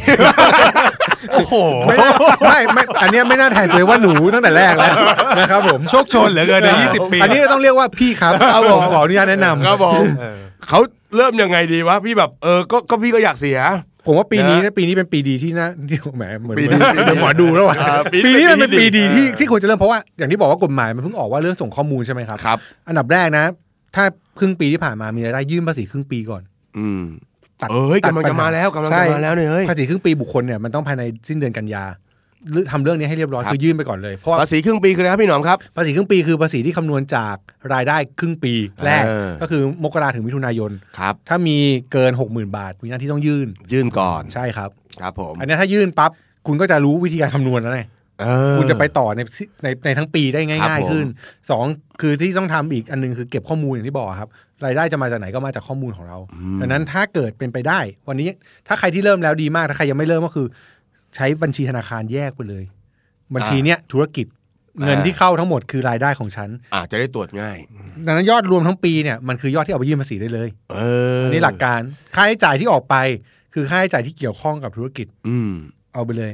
[SPEAKER 2] โอ้โห
[SPEAKER 3] ไม่น่าไม่ไม่อันเนี้ยไม่น่าแทนตัวเองว่าหนูตั้งแต่แรกแล้วนะครับผม
[SPEAKER 2] โชคชนเหลือเกินในยี่สิบปี
[SPEAKER 3] อันนี้ต้องเรียกว่าพี่ครับ
[SPEAKER 1] ครับผม
[SPEAKER 3] ผมขออนุญาตแนะนำ
[SPEAKER 1] ครับผม
[SPEAKER 2] เออ
[SPEAKER 1] เขาเริ่มยังไงดีวะพี่แบบเออก็ก็พี่ก็อยากเสีย
[SPEAKER 3] ผมว่าปีนี้นะปีนี้เป็นปีดีที่น่า ที่แหมเหมือนเหมือนเหมือนหมอดูแล้วว่ะปีนี้มันเป็นปีดีที่ที่ควรจะเริ่มเพราะว่าอย่างที่บอกว่ากฎหมายมันเพิ่งออกว่าเรื่องส่งข้อมูลใช่ไหมครับ
[SPEAKER 1] ครับ
[SPEAKER 3] อันดับแรกนะ ถ้าครึ่งปีที่ผ่านมามีรายได้ยื่นภาษีครึ่งปีก่อน
[SPEAKER 1] อืม
[SPEAKER 3] ตัด
[SPEAKER 1] เอ้ย
[SPEAKER 3] ตัด
[SPEAKER 1] กำลัง
[SPEAKER 3] ปัญ
[SPEAKER 1] จะ
[SPEAKER 3] หาม
[SPEAKER 1] มาแล้วกำลัง
[SPEAKER 3] ใช่
[SPEAKER 1] จะมาแล้วเนี่ยเฮ้ย
[SPEAKER 3] ภาษีครึ่งปีบุคคลเนี่ยมันต้องภายในสิ้นเดือนกันยาหรือทำเรื่องนี้ให้เรียบร้อย
[SPEAKER 1] ครับ
[SPEAKER 3] คือยื่นไปก่อนเลยเพราะว่า
[SPEAKER 1] ภาษีครึ่งปีคืออะไรครับพี่หนอมครับ
[SPEAKER 3] ภาษีครึ่งปีคือภาษีที่คำนวณจากรายได้ครึ่งปีแรก
[SPEAKER 1] เออ
[SPEAKER 3] ก็คือมกราถึงมิถุนายน
[SPEAKER 1] ครับ
[SPEAKER 3] ถ้ามีเกิน 60,000 บาทมีหน้าที่ต้องยื่น
[SPEAKER 1] ยื่นก่อน
[SPEAKER 3] ใช่ครับ
[SPEAKER 1] ครับผม
[SPEAKER 3] อันเนี้ยถ้ายื่นปั๊บ คุณก็จะรู้วิธีการคำนวณแล้วไง
[SPEAKER 1] เออ
[SPEAKER 3] คุณจะไปต่อในในในทั้งปีได้
[SPEAKER 1] ครับ
[SPEAKER 3] ง่าย
[SPEAKER 1] ผม
[SPEAKER 3] ๆ ขึ้นสองคือที่ต้องทำอีกอันหนึงคือเก็บข้อมูลอย่างที่บอกครับ รายได้จะมาจากไหนก็มาจากข้อมูลของเราดังนั้นถ้าเกิดเป็นไปได้ วันนี้ถ้าใครที่เริ่มแล้วดีมากถ้าใครยังไม่เริ่มก็คือ ใช้บัญชีธนาคารแยกไปเลย บัญชีเนี้ยธุรกิจเงินที่เข้าทั้งหมดคือรายได้ของฉัน
[SPEAKER 1] อาจจะได้ตรวจง่าย
[SPEAKER 3] ดังนั้นยอดรวมทั้งปีเนี่ยมันคือยอดที่เอาไปยื่นภาษีได้เลย
[SPEAKER 1] เออ
[SPEAKER 3] อันนี้หลักการค่าใช้จ่ายที่ออกไป คือค่าใช้จ่ายที่เกี่ยวข้องกับธุรกิจ
[SPEAKER 1] อืม
[SPEAKER 3] เอาไปเลย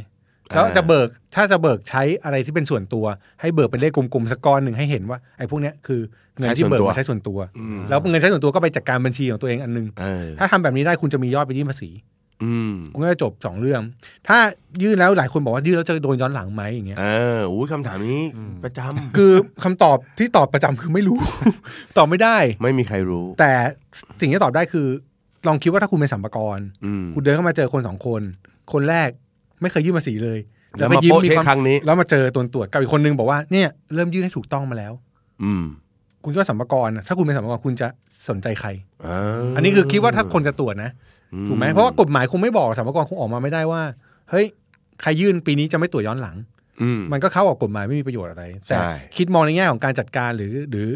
[SPEAKER 1] อ่า
[SPEAKER 3] แล้วจะเบิกถ้าจะเบิกใช้อะไรที่เป็นส่วนตัว ให้เบิกเป็นเลขกลมๆสักก้อนหนึ่งให้เห็นว่าไอ้พวกเนี้ยคือเงินที่เบิกมาใช้ส่วนตัว
[SPEAKER 1] อืม
[SPEAKER 3] แล้วเงินใช้ส่วนตัวก็ไปจัดการบัญชีของตัวเองอันหนึง
[SPEAKER 1] เออ
[SPEAKER 3] ถ้าทำแบบนี้ได้คุณจะมียอดไปยื่นภาษี
[SPEAKER 1] อืม
[SPEAKER 3] คุณก็จะจบสองเรื่อง ถ้ายื่นแล้วหลายคนบอกว่ายื่นแล้วจะโดนย้อนหลังไหมอย่างเงี้ย
[SPEAKER 1] เอออุ้ยคำถามนี้
[SPEAKER 2] อืม
[SPEAKER 1] ประจ
[SPEAKER 3] คือคำตอบที่ตอบประจำคือไม่รู้ ตอบไม่ได้
[SPEAKER 1] ำไม่มีใครรู้
[SPEAKER 3] แต่สิ่งที่ตอบได้คือ ลองคิดว่าถ้าคุณเป็นสัมภาระ
[SPEAKER 1] อืม
[SPEAKER 3] คุณเดินเข้ามาเจอคนสองคน คนแรกไม่เคยยื่นภาษีเลย
[SPEAKER 1] แล้ว
[SPEAKER 3] ก็
[SPEAKER 1] มาโป๊ะเช็คครั้งนี้
[SPEAKER 3] แล้วมาเจอตัวตรวจกับอีกคนนึงบอกว่าเนี่ยเริ่มยื่นให้ถูกต้องมาแล้ว
[SPEAKER 1] อืม
[SPEAKER 3] คุณก็สัมภาระถ้าคุณเป็นสัมภาระคุณจะสนใจใคร
[SPEAKER 1] เออ
[SPEAKER 3] อันนี้คือคิดว่าถ้าคนจะตรวจนะถูกไหมเพราะว่ากฎหมายคงไม่บอกสัมภาระคงออกมาไม่ได้ว่าเฮ้ยใครยื่นปีนี้จะไม่ตรวจย้อนหลัง
[SPEAKER 1] อืม
[SPEAKER 3] มันก็เข้าออกกฎหมายไม่มีประโยชน์อะไร
[SPEAKER 1] ใช่
[SPEAKER 3] แต่คิดมองในแง่ของการจัดการหรือหรือ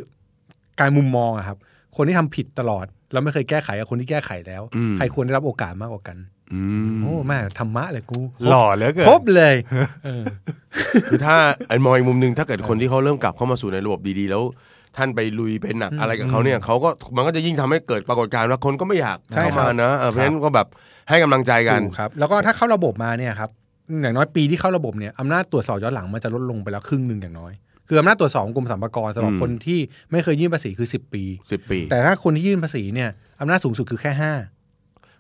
[SPEAKER 3] การมุมมองอะครับ คนที่ทำผิดตลอด แล้วไม่เคยแก้ไขกับคนที่แก้ไขแล้ว
[SPEAKER 1] อืม
[SPEAKER 3] ใครควรได้รับโอกาสมากกว่ากัน
[SPEAKER 1] อืม
[SPEAKER 3] โอ้แม่ธรรมะเลยกู
[SPEAKER 2] หล่อเหลือเกิน
[SPEAKER 3] ครบเลย
[SPEAKER 1] คือถ้า ไอ้มองอีกมุมหนึ่งถ้าเกิดคนที่เขาเริ่มกลับเข้ามาสู่ในระบบดีๆ แล้ว ท่านไปลุยไปหนักอะไรกับเขาเนี่ยเขาก็มันก็จะยิ่งทำให้เกิดปรากฏการณ์ว่าคนก็ไม่อยาก
[SPEAKER 3] ใช่
[SPEAKER 1] เข้า
[SPEAKER 3] ครั
[SPEAKER 1] มา
[SPEAKER 3] บ
[SPEAKER 1] นะเออเพราะฉะนั้นก็แบบให้กำลังใจกัน
[SPEAKER 3] ถูกครับ แล้วก็ถ้าเข้าระบบมาเนี่ยครับอย่างน้อยปีที่เข้าระบบเนี่ยอำนาจตรวจสอบย้อนหลังมันจะลดลงไปแล้วครึ่งหนึ่งอย่างน้อย คืออำนาจตรวจสอบของกรมสรรพากรสำหรับ
[SPEAKER 1] อืม
[SPEAKER 3] คนที่ไม่เคยยื่นภาษีคือ 10 ปี
[SPEAKER 1] สิบปี
[SPEAKER 3] แต่ถ้าคนที่ยื่นภาษีเนี่ยอำนาจสูงสุดคือแค่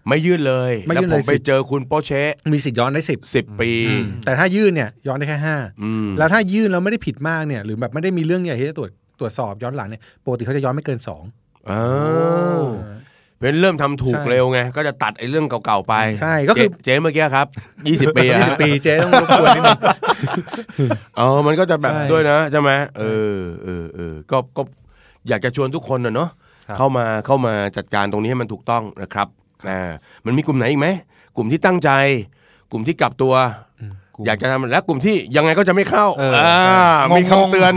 [SPEAKER 1] ไม่ยื่นเลย
[SPEAKER 3] ไม่ยื่น
[SPEAKER 1] แวผม
[SPEAKER 3] เลยสิ
[SPEAKER 1] ไปเจอคุณโปเช่
[SPEAKER 3] 5 มีสิทธิ์ย้อนได้
[SPEAKER 1] สิบปี
[SPEAKER 3] 10แต่ถ้ายื่นเนี่ยย้อนได้แค่ห้า
[SPEAKER 1] อืม
[SPEAKER 3] แล้วถ้ายื่นแล้วไม่ได้ผิดมากเนี่ยหรือแบบไม่ได้มีเรื่องใหญ่ที่จะตรวจตรวจสอบย้อนหลังเนี่ยปกติเขาจะย้อนไม่เกินสอง
[SPEAKER 1] อ้าวเพราะฉะนั้นเริ่มทำถูกเร็วไงก็จะตัดไอ้เรื่องเก่าๆไป
[SPEAKER 3] ใช่ก็คือ
[SPEAKER 1] เจ๊เจ๊เมื่อกี้ครับยี่สิบปีอะ
[SPEAKER 3] ยี่สิบปีเจ๊ ต้องรบกวนนิดนึง
[SPEAKER 1] เออมันก็จะแบบ
[SPEAKER 3] ใช่
[SPEAKER 1] ด้วยนะใช่ไหมเออเออเออก็ก็อยากจะชวนทุกคนนะเนาะ เข้ามาเข้ามาจัดการตรงนี้ให้มันถูกต้องนะครับอ่ามันมีกลุ่มไหนอีกไหมกลุ่มที่ตั้งใจ กลุ่มที่กลับตัว อยากจะทำและกลุ่มที่ยังไงก็จะไม่เข้า
[SPEAKER 2] เออ
[SPEAKER 1] อ่า
[SPEAKER 2] เออ
[SPEAKER 1] มี
[SPEAKER 2] งง
[SPEAKER 1] คำ
[SPEAKER 2] ๆ
[SPEAKER 1] เตื อน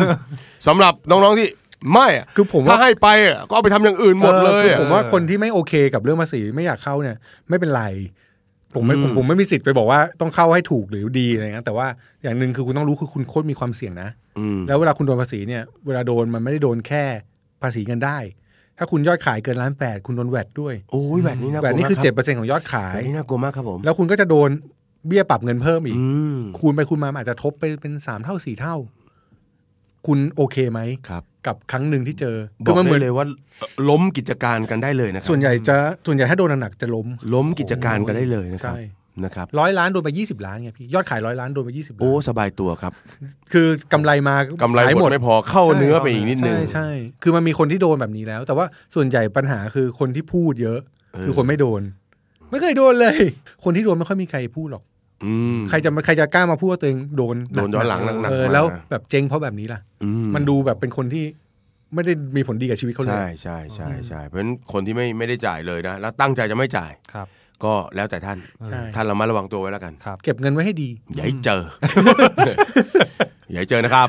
[SPEAKER 1] สำหรับน้องๆที่ไม่อะ
[SPEAKER 3] คือผม
[SPEAKER 1] ถ้า
[SPEAKER 3] ว่า
[SPEAKER 1] ให้ไปอะก็เอาไปทำอย่างอื่นหมดเลย
[SPEAKER 3] คือ
[SPEAKER 1] อะ
[SPEAKER 3] ผมว่าคนที่ไม่โอเคกับเรื่องภาษีไม่อยากเข้าเนี่ยไม่เป็นไร ผมไม่ผมผมไม่มีสิทธิ์ไปบอกว่าต้องเข้าให้ถูกหรือดีอะไรเงี้ยแต่ว่าอย่างหนึ่งคือคุณต้องรู้คือคุณโคตรมีความเสี่ยงนะ
[SPEAKER 1] ม
[SPEAKER 3] แล้วเวลาคุณโดนภาษีเนี่ยเวลาโดนมันไม่ได้โดนแค่ภาษีเงินได้ ถ้าคุณยอดขายเกินล้านแปดคุณโดนแวดด้วย
[SPEAKER 1] โอ้ยแบบนี้นะ
[SPEAKER 3] แวดนี่คือเจ็
[SPEAKER 1] เจ็
[SPEAKER 3] ดเปอร์เซ็นต์ของยอดขาย
[SPEAKER 1] แบบนี้น่ากลัวมากครับผม
[SPEAKER 3] แล้วคุณก็จะโดนเบี้ยปรับเงินเพิ่มอีก
[SPEAKER 1] อืม
[SPEAKER 3] คูณไปคูณมามันอาจจะทบไปเป็นสามเท่าสี่เท่า คุณโอเคไหม
[SPEAKER 1] ครับ
[SPEAKER 3] กับครั้งหนึ่งที่เจอ
[SPEAKER 1] บอก
[SPEAKER 3] มั
[SPEAKER 1] ได้
[SPEAKER 3] เหมืน
[SPEAKER 1] เลยว่าล้มกิจการกันได้เลยนะครับ
[SPEAKER 3] ส่วนใหญ่จะส่วนใหญ่ถ้าโดนหนักๆจะล้ม
[SPEAKER 1] ล้มกิจการกันได้เลยนะครับ
[SPEAKER 3] ใช่
[SPEAKER 1] นะครับ
[SPEAKER 3] ร้อยล้านโดนไปยี่สิบล้านไงพี่ยอดขายร้อยล้านโดนไปยี่สิบ
[SPEAKER 1] โอ้สบายตัวครับ
[SPEAKER 3] คือกำไรมาก
[SPEAKER 1] ำไร
[SPEAKER 3] หาย
[SPEAKER 1] หมดไม่พอเข้า
[SPEAKER 2] ใช่
[SPEAKER 1] เนื้อไปอีกนิดนึง
[SPEAKER 3] ใช่ใช่คือมันมีคนที่โดนแบบนี้แล้ว แต่ว่าส่วนใหญ่ปัญหาคือคนที่พูดเยอะ
[SPEAKER 1] เออ
[SPEAKER 3] คือคนไม่โดน ไม่เคยโดนเลย คนที่โดนไม่ค่อยมีใครพูดหรอก
[SPEAKER 1] อืม
[SPEAKER 3] ใครจะมาใครจะกล้ามาพูดว่าตัวเองโดน
[SPEAKER 1] โดนย้อนหลังหนักๆ
[SPEAKER 3] เออ
[SPEAKER 1] มา
[SPEAKER 3] แล้วแบบเจ๊งเพราะแบบนี้ล่ะ
[SPEAKER 1] อื
[SPEAKER 3] มันดูแบบเป็นคนที่ไม่ได้มีผลดีกับชีวิตเขาเลย
[SPEAKER 1] ใช่ใช่ใช่ใช่เพราะฉะนั้นคนที่ไม่ไม่ได้จ่ายเลยนะแล้วตั้งใจจะไม่จ่าย
[SPEAKER 2] ครับ
[SPEAKER 1] ก็แล้วแต่ท่าน
[SPEAKER 3] ใช่
[SPEAKER 1] ท่านระมัดระวังตัวไว้แล้วกัน
[SPEAKER 2] ครับ
[SPEAKER 3] เก็บเงินไว้ให้ดี
[SPEAKER 1] อย่าให้เจอ อย่าให้เจอนะครับ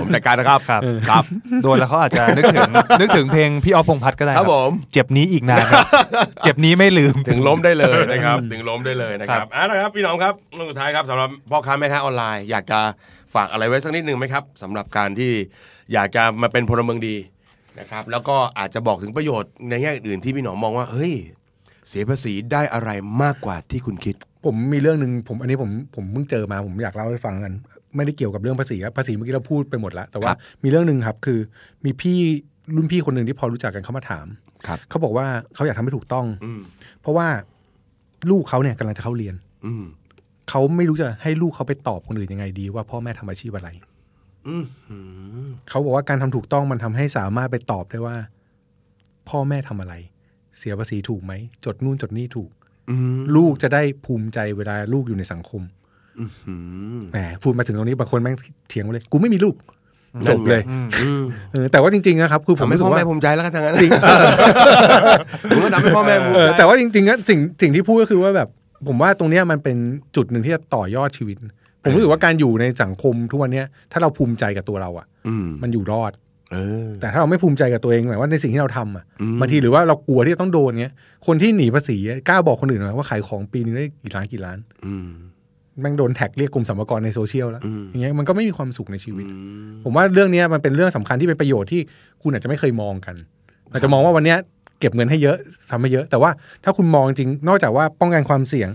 [SPEAKER 1] ผมจัดการนะครับ
[SPEAKER 2] ครับ
[SPEAKER 1] ครับ
[SPEAKER 2] โดนแล้วเขาอาจจะนึกถึง นึกถึงเพลงพี่ออฟพงษ์พัฒน์ก็ได้
[SPEAKER 1] ครับผม
[SPEAKER 2] เจ็บนี้อีกนานครับ เจ็บนี้ไม่ลืม
[SPEAKER 1] ถึงล้มได้เลยนะครับ ถึงล้มได้เลยนะค
[SPEAKER 2] ครั
[SPEAKER 1] รับบ เอ่ะนะครับพี่น้องครับเรื่องสุดท้ายครับสำหรับพ่อค้าแม่ค้าออนไลน์อยากจะฝากอะไรไว้สักนิดหนึ่งไหมครับสำหรับการที่อยากจะมาเป็นพลเมืองดีนะครับ แล้วก็อาจจะบอกถึงประโยชน์ในแง่อื่นๆที่พี่หนอมมองว่าเฮ้ย เสียภาษีได้อะไรมากกว่าที่คุณคิด
[SPEAKER 3] ผมมีเรื่องหนึ่งผมอันนี้ผมผมเพิ่งเจอมาผมอยากเล่าให้ฟังกัน ไม่ได้เกี่ยวกับเรื่องภาษีครับภาษีเมื่อกี้เราพูดไปหมดแล้วแต่
[SPEAKER 1] ค
[SPEAKER 3] ว่า
[SPEAKER 1] รับ
[SPEAKER 3] มีเรื่องหนึ่งครับคือมีพี่รุ่นพี่คนหนึ่งที่พอรู้จักกันเขามาถาม
[SPEAKER 1] ครับ
[SPEAKER 3] เขาบอกว่าเขาอยากทำให้ถูกต้อง
[SPEAKER 1] อืม
[SPEAKER 3] เพราะว่าลูกเขาเนี่ยกำลังจะเข้าเรียน
[SPEAKER 1] อืม
[SPEAKER 3] เขาไม่รู้จะให้ลูกเขาไปตอบคนอื่นยังไงดี ว่าพ่อแม่ทำอาชีพอะไร
[SPEAKER 1] อืมอืม
[SPEAKER 3] เขาบอกว่าการทำถูกต้องมันทำให้สามารถไปตอบได้ว่า พ่อแม่ทำอะไร เสียภาษีถูกไหมจดนู่นจดนี่ถูก
[SPEAKER 1] อืม
[SPEAKER 3] ลูกจะได้ภูมิใจเวลาลูกอยู่ในสังคม
[SPEAKER 1] อืม
[SPEAKER 3] แหมพูดมาถึงตรงนี้บางคนแม่งเถียงมาเลย กูไม่มีลูกจบเลย
[SPEAKER 1] อืม
[SPEAKER 3] เออแต่ว่าจริงๆนะครับ คือผม
[SPEAKER 1] ทำให้
[SPEAKER 3] รู้
[SPEAKER 1] พ่
[SPEAKER 3] สึ
[SPEAKER 1] อก
[SPEAKER 3] ว่า
[SPEAKER 1] แม่ภูมิใจแล้วกันทางนั้นจริงผมก็ทำให้พ่อแม่ภูมิ
[SPEAKER 3] เออ
[SPEAKER 1] ใจ
[SPEAKER 3] แต่ว่าจริงๆนะสิ่งสิ่งที่พูดก็คือว่าแบบ ผมว่าตรงเนี้ยมันเป็นจุดหนึ่งที่จะต่อยอดชีวิต ผมรู้สึกว่าการอยู่ในสังคมทุกวันเนี้ยถ้าเราภูมิใจกับตัวเราอ่ะ
[SPEAKER 1] อืม
[SPEAKER 3] มันอยู่รอด
[SPEAKER 1] เออ
[SPEAKER 3] แต่ถ้าเราไม่ภูมิใจกับตัวเองหมายว่าในสิ่งที่เราทำอ่ะ
[SPEAKER 1] อืม
[SPEAKER 3] บางทีหรือว่าเรากลัวที่จะต้องโดนเงี้ยคนที่หนีภาษีอะกล้าบอกคนอื่นไหมว่าขายของปีนึงได้กี่ล้านกี่ล้าน
[SPEAKER 1] อืม
[SPEAKER 3] แม่งโดนแท็กเรียกกรมสรรพากรในโซเชียลแล้ว
[SPEAKER 1] อืม
[SPEAKER 3] อย่างเงี้ยมันก็ไม่มีความสุขในชีวิต
[SPEAKER 1] อืม
[SPEAKER 3] ผมว่าเรื่องเนี้ยมันเป็นเรื่องสำคัญที่เป็นประโยชน์ที่คุณอาจจะไม่เคยมองกันอาจจะมองว่าวันเนี้ยเก็บเงินให้เยอะทำให้เยอะ แต่ว่าถ้าคุณมองจริงนอกจากว่าป้องกันความเสี่ยง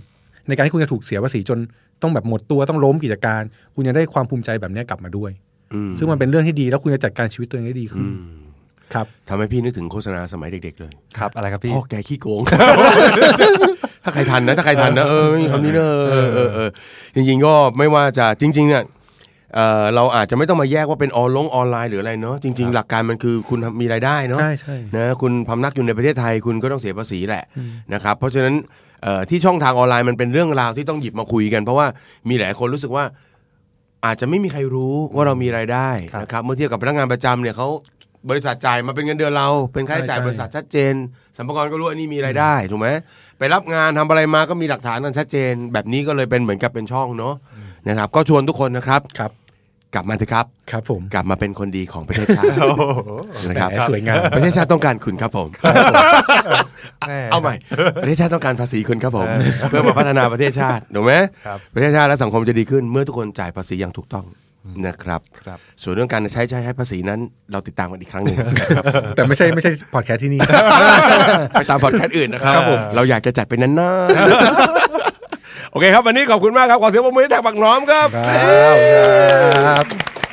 [SPEAKER 3] ในการที่คุณจะถูกเสียภาษีจนต้องแบบหมดตัวต้องล้มกิจการ คุณยังได้ความภูมิใจแบบเนี้ยกลับมาด้วย
[SPEAKER 1] อืม
[SPEAKER 3] ซึ่งมันเป็นเรื่องที่ดีแล้วคุณจะจัดการชีวิตตัวเองได้ดีขึ้น
[SPEAKER 1] อืม
[SPEAKER 3] ครับ
[SPEAKER 1] ทำให้พี่นึกถึงโฆษณาสมัยเด็กๆเลย
[SPEAKER 2] ครับอะไรครับพี่
[SPEAKER 1] พ่อแกขี้โกง ถ้าใครทันนะ ถ้าใครทันนะเออไม่มีคำนี้เนอะเออเออเออจริงๆก็ไม่ว่าจะจริงๆเนี่ยเอ่อเราอาจจะไม่ต้องมาแยกว่าเป็นออนลงออนไลน์หรืออะไรเนาะจริง ๆ หลักการมันคือคุณมีรายได้เนาะ
[SPEAKER 3] ใช่ใช่
[SPEAKER 1] นะคุณพำนักอยู่ในประเทศไทยคุณก็ต้องเสียภาษีแหละนะครับเพราะฉะนั้นเอ่อที่ช่องทางออนไลน์มันเป็นเรื่องราวที่ต้องหยิบมาคุยกัน เพราะว่ามีหลายคนรู้สึกว่าอาจจะไม่มีใครรู้ว่าเรามีรายได้นะครับเมื่อเทียบกับพนักงานประจำเนี่ยเขาบริษัทจ่ายมาเป็นเงินเดือนเรา เป็นค่าใช้จ่ายบริษัทชัดเจนสัมภาระก็รู้ว่านี่มีรายได้ถูกไหมไปรับงานทำอะไรมาก็มีหลักฐานกันชัดเจน แบบนี้ก็เลยเป็นเหมือนกับเป็นช่องเนาะนะครับก็ชวนทุกคนนะครับ
[SPEAKER 3] ครับ
[SPEAKER 1] กลับมาเถอะครับ
[SPEAKER 3] ครับผม
[SPEAKER 1] กลับมาเป็นคนดีของประเทศชาตินะครับ
[SPEAKER 3] แหมสวยงาม
[SPEAKER 1] ประเทศชาติต้องการคุณครับผม
[SPEAKER 2] แม่
[SPEAKER 1] เอาใหม่ ประเทศชาติต้องการภาษีคุณครับผม เพื่อมาพัฒนาประเทศชาติถูกไหม
[SPEAKER 2] ครับ
[SPEAKER 1] ประเทศชาติและสังคมจะดีขึ้นเมื่อทุกคนจ่ายภาษีอย่างถูกต้องนะครับ
[SPEAKER 2] ครับ
[SPEAKER 1] ส่วนเรื่องการใช้ใช้ให้ภาษีนั้น เราติดตามกันอีกครั้งหนึ่ง
[SPEAKER 3] แต่ไม่ใช่ไม่ใช่พอดแคสต์ที่นี่
[SPEAKER 1] ไปตามพอดแคสต์อื่นนะครับ
[SPEAKER 2] ครับผม
[SPEAKER 1] เราอยากจะจัดเป็นนั้นนะ โอเคครับวันนี้ขอบคุณมากครับขอเสียงปรบมือให้แท็กบักน้อมครับ
[SPEAKER 3] ครับ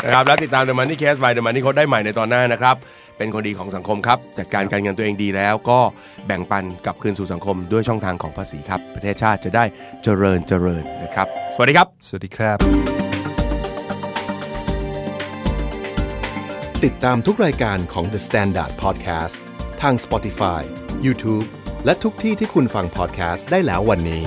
[SPEAKER 1] นะครับแล้วติดตาม The Money Case by The Money Code ได้ใหม่ในตอนหน้านะครับ เป็นคนดีของสังคมครับ จัดการการเงินตัวเองดีแล้ว ก็แบ่งปันกลับคืนสู่สังคมด้วยช่องทางของภาษีครับ ประเทศชาติจะได้เจริญเจริญนะครับ สวัสดีครับ
[SPEAKER 2] สวัสดีครับ
[SPEAKER 4] ติดตามทุกรายการของ The Standard Podcast ทาง Spotify, YouTube และทุกที่ที่คุณฟัง podcast ได้แล้ววันนี้